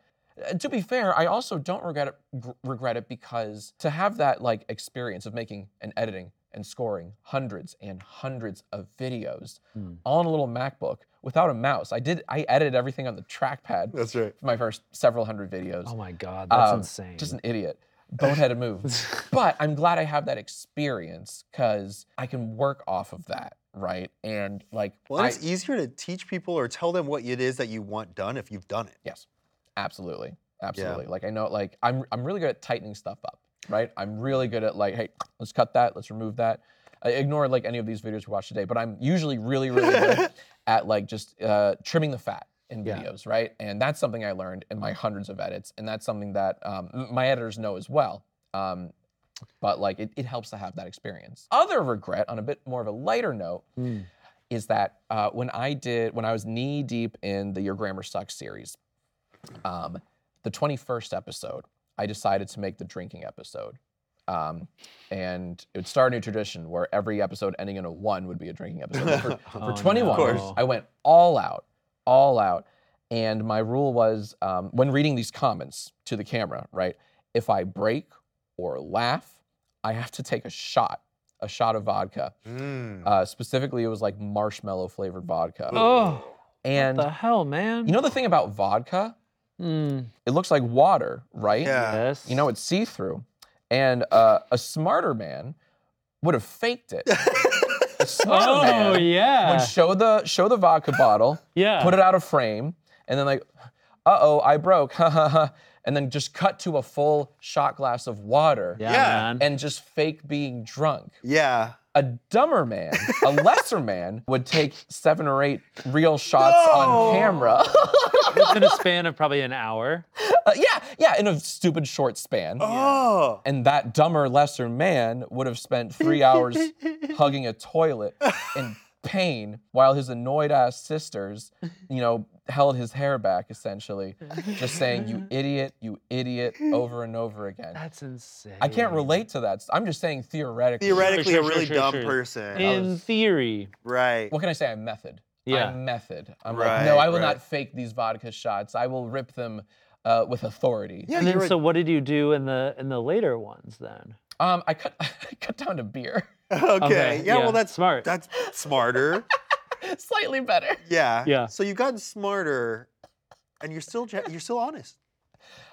Speaker 2: And to be fair, I also don't regret it, gr- regret it because to have that like experience of making and editing and scoring hundreds and hundreds of videos on a little MacBook without a mouse. I did I edited everything on the trackpad.
Speaker 3: That's right.
Speaker 2: for my first several hundred videos.
Speaker 12: Oh my God, that's
Speaker 2: Um,
Speaker 12: insane.
Speaker 2: Just an idiot. Boneheaded move. but I'm glad I have that experience because I can work off of that, right? And like
Speaker 3: Well,
Speaker 2: I-
Speaker 3: it's easier to teach people or tell them what it is that you want done if you've done it.
Speaker 2: Yes, absolutely, absolutely. Like I know, like I'm, I'm really good at tightening stuff up, right? I'm really good at like, hey, let's cut that, let's remove that. I ignore like any of these videos we watch today, but I'm usually really, really good at like just uh, trimming the fat in
Speaker 12: Yeah.
Speaker 2: videos, right? And that's something I learned in my hundreds of edits, and that's something that um, m- my editors know as well. Um, but like it, it helps to have that experience. Other regret, on a bit more of a lighter note, is that uh, when I did when I was knee deep in the Your Grammar Sucks series, um, the 21st episode, I decided to make the drinking episode. Um, and it would start a new tradition where every episode ending in a one would be a drinking episode. For, for
Speaker 12: Oh, no.
Speaker 2: 21,
Speaker 12: Of course.
Speaker 2: I went all out, all out. And my rule was um, when reading these comments to the camera, right? If I break or laugh, I have to take a shot, a shot of vodka.
Speaker 12: Hmm.
Speaker 3: Mm.
Speaker 2: Uh, specifically, it was like marshmallow flavored vodka.
Speaker 12: Oh,
Speaker 2: and
Speaker 12: the hell, man.
Speaker 2: you know the thing about vodka?
Speaker 12: Mm,
Speaker 2: It looks like water, right?
Speaker 12: yes.
Speaker 2: You know, it's see through. And uh, a smarter man would have faked it. a smarter
Speaker 12: Oh
Speaker 2: man
Speaker 12: yeah.
Speaker 2: would show the show the vodka bottle,
Speaker 12: Yeah.
Speaker 2: put it out of frame, and then like, uh oh, I broke, ha ha ha, and then just cut to a full shot glass of water,
Speaker 12: yeah,
Speaker 3: Yeah.
Speaker 12: man.
Speaker 2: and just fake being drunk.
Speaker 3: Yeah.
Speaker 2: A dumber man, a lesser man, would take seven or eight real shots on camera.
Speaker 12: Within a span of probably an hour.
Speaker 2: Uh, yeah, yeah, in a stupid short span.
Speaker 3: Oh.
Speaker 2: And that dumber, lesser man would have spent three hours hugging a toilet in pain while his annoyed ass sisters, you know, held his hair back essentially, just saying, you idiot, you idiot, over and over again.
Speaker 12: That's insane.
Speaker 2: I can't relate to that. I'm just saying theoretically.
Speaker 3: Theoretically,
Speaker 12: Sure,
Speaker 3: a
Speaker 12: sure,
Speaker 3: really
Speaker 12: sure,
Speaker 3: dumb
Speaker 12: sure.
Speaker 3: person.
Speaker 12: In theory,
Speaker 3: Right.
Speaker 2: What can I say? I'm method.
Speaker 12: Yeah.
Speaker 2: I'm method. I'm
Speaker 3: Right,
Speaker 2: like, no, I will
Speaker 3: right.
Speaker 2: not fake these vodka shots. I will rip them uh, with authority.
Speaker 3: Yeah,
Speaker 12: and
Speaker 3: you're
Speaker 12: then
Speaker 3: right.
Speaker 12: so what did you do in the in the later ones then?
Speaker 2: Um, I cut, I cut down to beer.
Speaker 3: okay.
Speaker 12: okay,
Speaker 3: Yeah,
Speaker 12: yeah,
Speaker 3: Well, that's
Speaker 12: smart.
Speaker 3: That's smarter.
Speaker 2: Slightly better.
Speaker 3: yeah.
Speaker 12: Yeah.
Speaker 3: So you've gotten smarter, and you're still ja- you're still honest.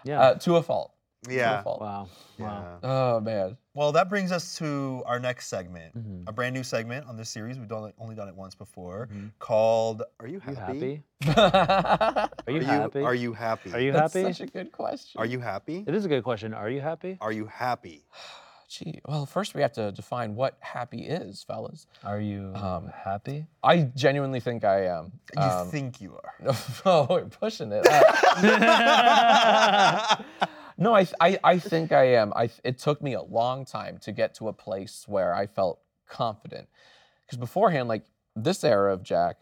Speaker 12: Yeah.
Speaker 2: Uh, to a fault. To
Speaker 3: Yeah.
Speaker 2: a fault.
Speaker 12: wow. Wow.
Speaker 3: Yeah.
Speaker 2: Oh man.
Speaker 10: Well, that brings us to our next segment,
Speaker 12: Mhm.
Speaker 10: a brand new segment on this series. We've done it, only done it once before, called
Speaker 3: Are you
Speaker 12: Are Mm-hmm. you
Speaker 3: happy?
Speaker 12: happy?
Speaker 2: That's
Speaker 12: Are you
Speaker 3: Are you
Speaker 12: happy?
Speaker 3: Are you happy?
Speaker 12: Are you happy?
Speaker 2: such a good question.
Speaker 3: Are you happy?
Speaker 12: It is a good question. Are you happy?
Speaker 3: Are you happy?
Speaker 2: Gee, well, first we have to define what happy is, fellas.
Speaker 1: Are you
Speaker 2: Um,
Speaker 1: happy?
Speaker 2: I genuinely think I am.
Speaker 10: You
Speaker 2: Um,
Speaker 10: Think You Are.
Speaker 2: oh, we're pushing it. Uh, no, I, I, I think I am. I, it took me a long time to get to a place where I felt confident. Because beforehand, like this era of Jack,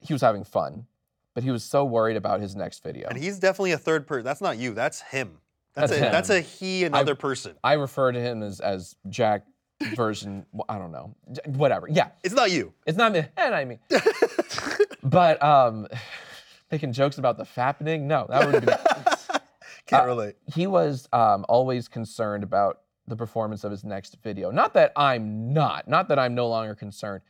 Speaker 2: he was having fun, but he was so worried about his next video.
Speaker 3: And he's definitely a third person. That's not you. That's him. That's,
Speaker 2: That's
Speaker 3: a,
Speaker 2: him.
Speaker 3: That's a he, another person.
Speaker 2: I refer to him as as Jack version. well, I don't know, J- whatever. Yeah,
Speaker 3: It's not you.
Speaker 2: it's not me. And I mean, but um, making jokes about the fappening. No, that would be.
Speaker 10: Can't
Speaker 2: Uh,
Speaker 10: relate.
Speaker 2: he was um, always concerned about the performance of his next video. Not that I'm not. Not that I'm no longer concerned,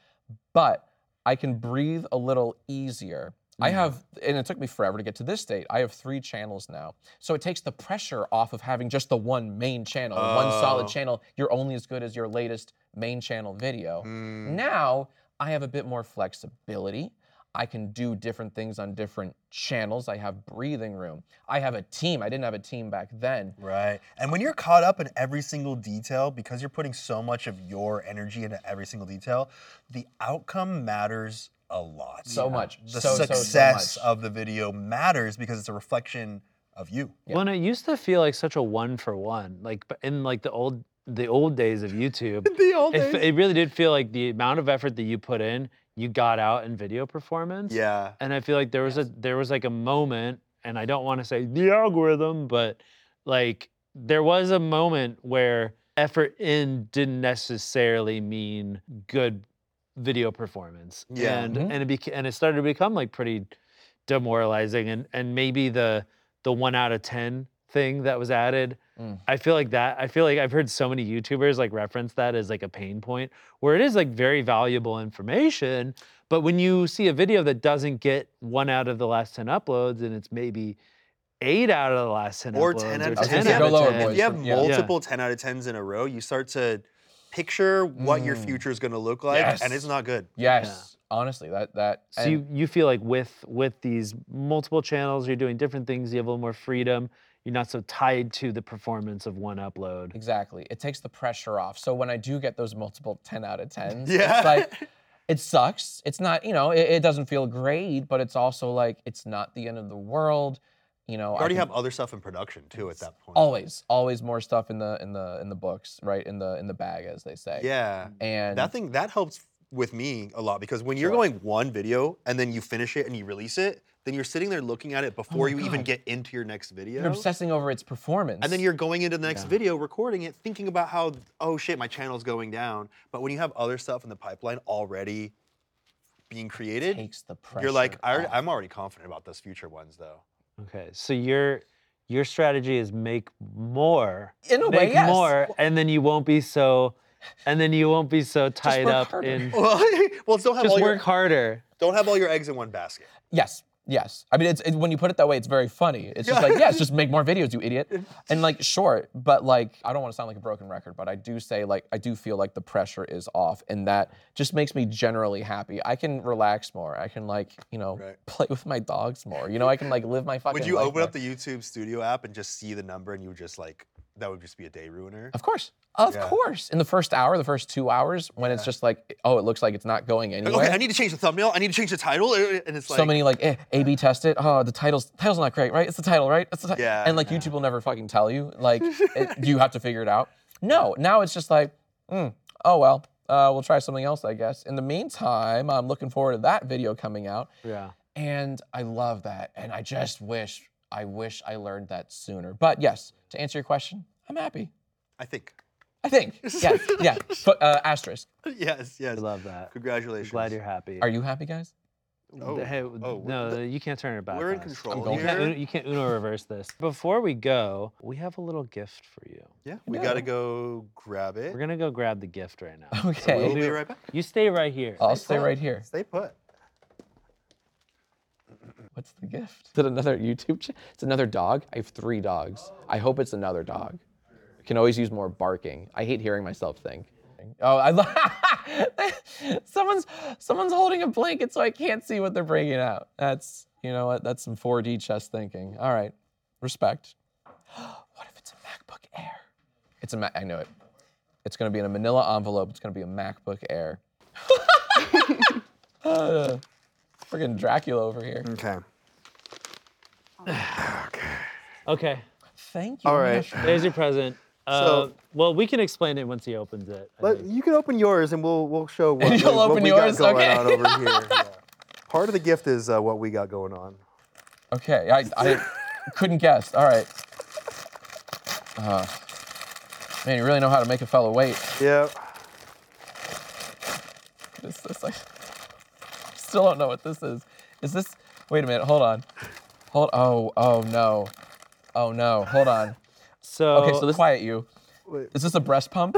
Speaker 2: but I can breathe a little easier. I have, and it took me forever to get to this state. I have three channels now. So it takes the pressure off of having just the one main channel, one solid
Speaker 3: Oh.
Speaker 2: channel. You're only as good as your latest main channel video. Now I have a bit more flexibility. I can do different things on different channels. I have breathing room. I have a team. I didn't have a team back then.
Speaker 10: Right. And when you're caught up in every single detail, because you're putting so much of your energy into every single detail, the outcome matters a lot.
Speaker 2: So much.
Speaker 10: The
Speaker 2: so, so, so
Speaker 10: success
Speaker 2: much.
Speaker 10: of the video matters because it's a reflection of you.
Speaker 12: Well, and it used to feel like such a one for one, like but in like the old the old days of YouTube.
Speaker 3: The old
Speaker 12: It, it really did feel like the amount of effort that you put in, you got out in video performance.
Speaker 3: Yeah.
Speaker 12: And I feel like there was a there was like a moment, and I don't want to say the algorithm, but like there was a moment where effort in didn't necessarily mean good video performance.
Speaker 3: Yeah.
Speaker 12: And
Speaker 3: Mhm.
Speaker 12: and it beca- and it started to become like pretty demoralizing and and maybe the the 1 out of 10 thing that was added I feel like that. I feel like I've heard so many YouTubers like reference that as like a pain point where it is like very valuable information. But when you see a video that doesn't get one out of the last 10 uploads and it's maybe eight out of the last 10
Speaker 3: or
Speaker 12: uploads
Speaker 3: 10 out
Speaker 12: or
Speaker 3: of 10.
Speaker 12: 10
Speaker 3: If you
Speaker 12: out
Speaker 3: have-
Speaker 12: of 10.
Speaker 3: If you have multiple 10 out of 10s in a row, you start to picture what
Speaker 10: Mm.
Speaker 3: your future is going to look like, and it's not good.
Speaker 2: Yes, honestly, that that.
Speaker 12: So you, you feel like with with these multiple channels, you're doing different things, you have a little more freedom. You're not so tied to the performance of one upload.
Speaker 2: Exactly. It takes the pressure off. So when I do get those multiple 10 out of 10s,
Speaker 12: Yeah.
Speaker 2: it's like, it sucks. It's not, you know, it, it doesn't feel great, but it's also like, it's not the end of the world. You know,
Speaker 3: You
Speaker 2: I
Speaker 3: already
Speaker 2: can-
Speaker 3: have other stuff in production too at that point.
Speaker 2: always, always more stuff in the in the in the books, right? In the in the bag, as they say.
Speaker 3: Yeah.
Speaker 2: And
Speaker 3: that thing that helps with me a lot because when you're going one video and then you finish it and you release it, then you're sitting there looking at it before
Speaker 2: Oh my
Speaker 3: you even
Speaker 2: God.
Speaker 3: get into your next video.
Speaker 2: You're obsessing over its performance.
Speaker 3: And then you're going into the next video, recording it, thinking about how, oh shit, my channel's going down. But when you have other stuff in the pipeline already being created,
Speaker 2: takes the
Speaker 3: you're like, I already, I'm already confident about those future ones though.
Speaker 12: Okay, so your your strategy is make more,
Speaker 2: In a way,
Speaker 12: make
Speaker 2: yes.
Speaker 12: more, and then you won't be so, and then you won't be so tied
Speaker 2: work
Speaker 12: up
Speaker 2: harder.
Speaker 12: in.
Speaker 3: well, don't have
Speaker 12: just
Speaker 3: all
Speaker 12: work
Speaker 3: your-
Speaker 12: harder.
Speaker 3: Don't have all your eggs in one basket.
Speaker 2: Yes. Yes. I mean, it's it, when you put it that way, it's very funny. It's just like, yes, just make more videos, you idiot. And like, sure, but like, I don't want to sound like a broken record, but I do say like, I do feel like the pressure is off, and that just makes me generally happy. I can relax more. I can like, you know, play with my dogs more. You know, I can like live my fucking.
Speaker 3: Would you
Speaker 2: life
Speaker 3: open
Speaker 2: more.
Speaker 3: up the YouTube Studio app and just see the number and you would just like, that would just be a day ruiner?
Speaker 2: Of course. Of
Speaker 3: Yeah.
Speaker 2: course. In the first hour, the first two hours, when it's just like, oh, it looks like it's not going
Speaker 3: Like,
Speaker 2: anywhere.
Speaker 3: okay, I need to change the thumbnail. I need to change the title. Uh, And it's like,
Speaker 2: so many like eh, A/B test it. Oh, the title's title's not great, right? It's the title, right? It's the title.
Speaker 3: Yeah,
Speaker 2: And like YouTube will never fucking tell you. Like it, you have to figure it out. No, now it's just like, mm, oh well, uh, we'll try something else, I guess. In the meantime, I'm looking forward to that video coming out,
Speaker 12: Yeah.
Speaker 2: and I love that. And I just wish, I wish I learned that sooner. But yes, to answer your question, I'm happy.
Speaker 3: I think.
Speaker 2: I think. Yeah, yeah. But, uh, asterisk.
Speaker 3: Yes, yes. I
Speaker 12: love that.
Speaker 3: Congratulations.
Speaker 12: glad you're happy.
Speaker 2: Are you happy, guys?
Speaker 3: Oh,
Speaker 12: Hey,
Speaker 3: oh, we're-
Speaker 12: no, you can't turn it back.
Speaker 3: we're in
Speaker 12: on us.
Speaker 3: control
Speaker 12: You can't,
Speaker 3: here.
Speaker 12: Uno- you can't Uno reverse this. Before we go, we have a little gift for you.
Speaker 3: Yeah, we gotta go grab it.
Speaker 12: We're gonna go grab the gift right now.
Speaker 2: Okay.
Speaker 3: We'll be right back.
Speaker 12: You stay right here.
Speaker 2: I'll stay right here.
Speaker 3: Stay put.
Speaker 2: What's the gift? Is it another YouTube channel? It's another dog. I have three dogs. I hope it's another dog. I can always use more barking. I hate hearing myself think. Oh, I love. someone's someone's holding a blanket, so I can't see what they're bringing out. That's you know what? That's some 4D chess thinking. All right, respect. what if it's a MacBook Air? It's a Mac. I know it. It's gonna be in a Manila envelope. It's gonna be a MacBook Air. uh, friggin' Dracula over here.
Speaker 3: Okay.
Speaker 12: Okay.
Speaker 2: Thank you.
Speaker 3: All right.
Speaker 12: There's your present. Uh,
Speaker 3: So-
Speaker 12: well, we can explain it once he opens it. I
Speaker 3: Let,
Speaker 12: think.
Speaker 3: you can open yours, and we'll we'll show what,
Speaker 2: you'll
Speaker 3: we, what
Speaker 2: open
Speaker 3: we got
Speaker 2: yours?
Speaker 3: going
Speaker 2: Okay.
Speaker 3: on over here. Yeah. Part of the gift is uh, what we got going on.
Speaker 2: Okay, I, I couldn't guess. All right. Uh, man, you really know how to make a fellow wait.
Speaker 3: Yeah.
Speaker 2: What is this? I still don't know what this is. Is this? Wait a minute. Hold on. Hold. Oh. Oh no. Oh no. Hold on.
Speaker 12: So
Speaker 2: Okay. So this quiet you. Is this a breast pump?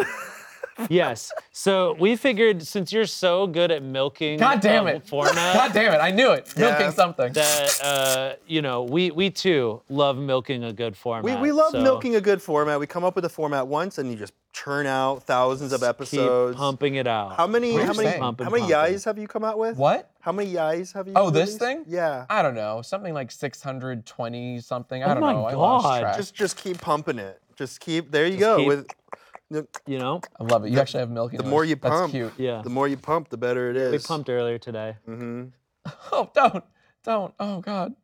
Speaker 12: yes. So we figured since you're so good at milking
Speaker 2: God damn
Speaker 12: uh,
Speaker 2: it.
Speaker 12: format,
Speaker 2: God damn it. I knew it.
Speaker 3: Yeah.
Speaker 2: Milking something.
Speaker 12: that uh, you know we we too love milking a good
Speaker 3: We,
Speaker 12: format.
Speaker 3: we love
Speaker 12: so
Speaker 3: milking a good format. We come up with a format once, and you just churn out thousands of
Speaker 12: Keep
Speaker 3: episodes.
Speaker 12: pumping it out.
Speaker 3: How many?
Speaker 2: We're
Speaker 3: How many?
Speaker 2: saying.
Speaker 12: Pumping,
Speaker 3: How many
Speaker 12: pumping.
Speaker 3: yais have you come out with?
Speaker 2: What?
Speaker 3: How many yais have you?
Speaker 2: Oh, this
Speaker 3: released?
Speaker 2: thing?
Speaker 3: Yeah.
Speaker 2: I don't know. Something like 620 something. I
Speaker 12: Oh
Speaker 2: don't
Speaker 12: my
Speaker 2: know. I lost
Speaker 12: God.
Speaker 2: track.
Speaker 3: Just just keep pumping it. Just keep. There you
Speaker 12: Just
Speaker 3: go.
Speaker 12: keep-
Speaker 3: With the,
Speaker 12: You know,
Speaker 2: I love it. You actually have milk in
Speaker 3: the
Speaker 2: yours.
Speaker 3: more you
Speaker 2: That's
Speaker 3: pump,
Speaker 2: cute.
Speaker 12: yeah.
Speaker 3: the more you pump, the better it is.
Speaker 12: We pumped earlier today.
Speaker 3: Mm-hmm.
Speaker 2: Oh, don't. Don't. Oh, God.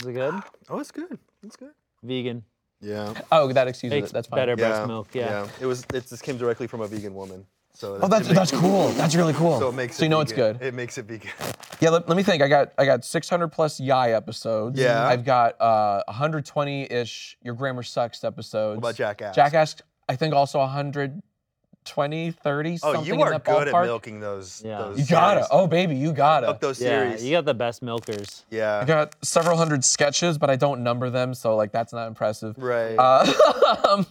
Speaker 12: Is it good?
Speaker 3: Oh, it's good. It's good.
Speaker 12: Vegan.
Speaker 3: Yeah.
Speaker 2: Oh, that excuses
Speaker 12: Makes
Speaker 2: it. That's fine.
Speaker 12: better breast milk. Yeah.
Speaker 3: It was. It just came directly from a vegan woman. So
Speaker 2: Oh, that's
Speaker 3: it
Speaker 2: that's
Speaker 3: makes-
Speaker 2: cool. That's really cool.
Speaker 3: So it makes.
Speaker 2: So
Speaker 3: it
Speaker 2: you know it's
Speaker 3: vegan.
Speaker 2: good.
Speaker 3: It makes it vegan.
Speaker 2: Yeah. Let, let me think. I got I got 600 plus Yai episodes.
Speaker 3: Yeah.
Speaker 2: I've got uh 120 ish Your Grammar Sucks episodes.
Speaker 3: about Jackass?
Speaker 2: Jackass. I think also 100 20, 30,
Speaker 3: Oh,
Speaker 2: something
Speaker 3: you
Speaker 2: in
Speaker 3: are
Speaker 2: that
Speaker 3: good
Speaker 2: ballpark.
Speaker 3: at milking those.
Speaker 2: Yeah.
Speaker 3: those
Speaker 2: You gotta.
Speaker 3: series.
Speaker 2: Oh, baby, you gotta.
Speaker 3: Milk those
Speaker 12: Yeah,
Speaker 3: series.
Speaker 12: you got the best milkers.
Speaker 3: Yeah.
Speaker 2: I got several hundred sketches, but I don't number them, so like that's not impressive.
Speaker 3: Right.
Speaker 2: Uh, um,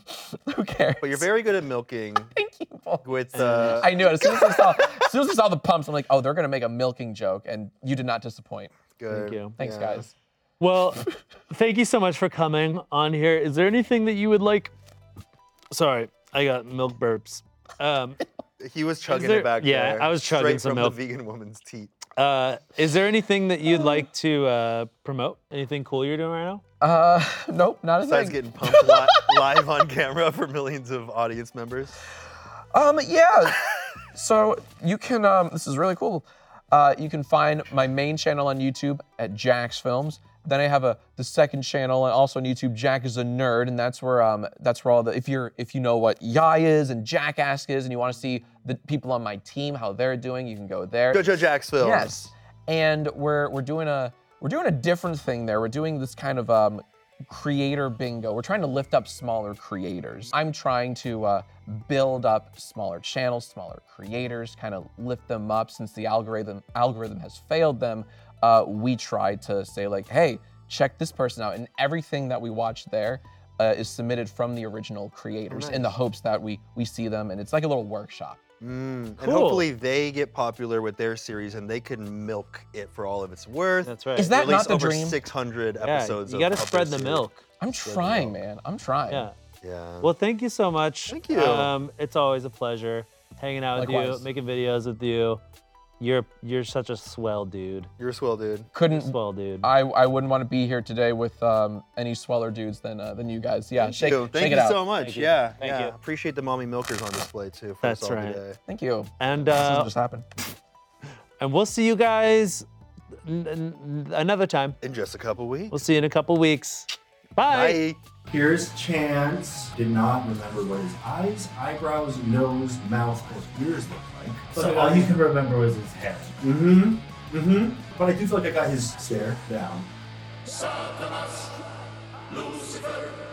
Speaker 2: who cares?
Speaker 3: But you're very good at milking.
Speaker 2: Thank you. Paul.
Speaker 3: With uh,
Speaker 2: I knew it. As soon as I saw, as soon as I saw the pumps, I'm like, oh, they're gonna make a milking joke, and you did not disappoint.
Speaker 3: good.
Speaker 12: Thank you.
Speaker 2: Thanks,
Speaker 3: yeah.
Speaker 2: guys.
Speaker 12: Well, thank you so much for coming on here. Is there anything that you would like? Sorry, I got milk burps. Um,
Speaker 3: He was chugging
Speaker 12: there-
Speaker 3: it back
Speaker 12: yeah,
Speaker 3: there,
Speaker 12: I was chugging
Speaker 3: straight
Speaker 12: some
Speaker 3: from
Speaker 12: milk.
Speaker 3: the vegan woman's teat.
Speaker 12: uh, is there anything that you'd like to uh, promote? Anything cool you're doing right now?
Speaker 2: Uh, nope, not a
Speaker 3: Besides
Speaker 2: thing.
Speaker 3: getting pumped li- live on camera for millions of audience members.
Speaker 2: Um, yeah. so you can. Um, this is really cool. Uh, you can find my main channel on YouTube at Jack's Films. Then I have a the second channel and also on YouTube, Jack is a nerd, and that's where um that's where all the if you're if you know what Yai is and Jackass is, and you want to see the people on my team how they're doing, you can go there.
Speaker 3: Jojo Jacksville.
Speaker 2: Yes, and we're we're doing a we're doing a different thing there. We're doing this kind of um, creator bingo. We're trying to lift up smaller creators. I'm trying to uh, build up smaller channels, smaller creators, kind of lift them up since the algorithm algorithm has failed them. Uh, we try to say like, hey, check this person out, and everything that we watch there. Uh, is submitted from the original creators in the hopes that we we see them and it's like a little workshop.
Speaker 3: Mm, And
Speaker 12: Cool.
Speaker 3: hopefully they get popular with their series and they can milk it for all of its worth.
Speaker 12: That's right.
Speaker 2: Is that
Speaker 3: Release
Speaker 2: not the
Speaker 3: over
Speaker 2: dream?
Speaker 3: 600
Speaker 12: yeah,
Speaker 3: episodes.
Speaker 12: you
Speaker 3: of-
Speaker 12: got to
Speaker 3: of their
Speaker 12: spread the
Speaker 3: series.
Speaker 12: milk.
Speaker 2: I'm trying, man. I'm trying.
Speaker 12: Yeah.
Speaker 3: Yeah.
Speaker 12: Well, thank you so much.
Speaker 3: Thank you.
Speaker 12: Um, it's always a pleasure hanging out with
Speaker 2: Likewise.
Speaker 12: you, making videos with you. You're you're such a swell dude.
Speaker 3: You're a swell dude.
Speaker 2: Couldn't
Speaker 12: Swell dude.
Speaker 3: Uh,
Speaker 2: I, I wouldn't want to be here today with um, any sweller dudes than uh, than you guys. Yeah, shake,
Speaker 3: Thank you.
Speaker 2: shake
Speaker 3: Thank
Speaker 2: it
Speaker 3: you
Speaker 2: out.
Speaker 3: so much.
Speaker 12: you.
Speaker 3: Yeah.
Speaker 12: Thank
Speaker 3: yeah.
Speaker 12: you.
Speaker 3: Appreciate the mommy milkers on display too. For
Speaker 12: That's
Speaker 3: us all
Speaker 12: right.
Speaker 3: Today.
Speaker 2: Thank you.
Speaker 12: and
Speaker 2: this
Speaker 12: uh,
Speaker 2: just happened.
Speaker 12: and we'll see you guys n- n- another time.
Speaker 3: In just a couple weeks.
Speaker 12: We'll see you in a couple weeks. Bye.
Speaker 3: Bye.
Speaker 15: Here's Chance. Did not remember what his eyes, eyebrows, nose, mouth, or ears look like.
Speaker 16: So all you can remember was his hair.
Speaker 15: Mm-hmm. Mm-hmm. But I do feel like I got his stare down.
Speaker 11: Satanás, Lucifer.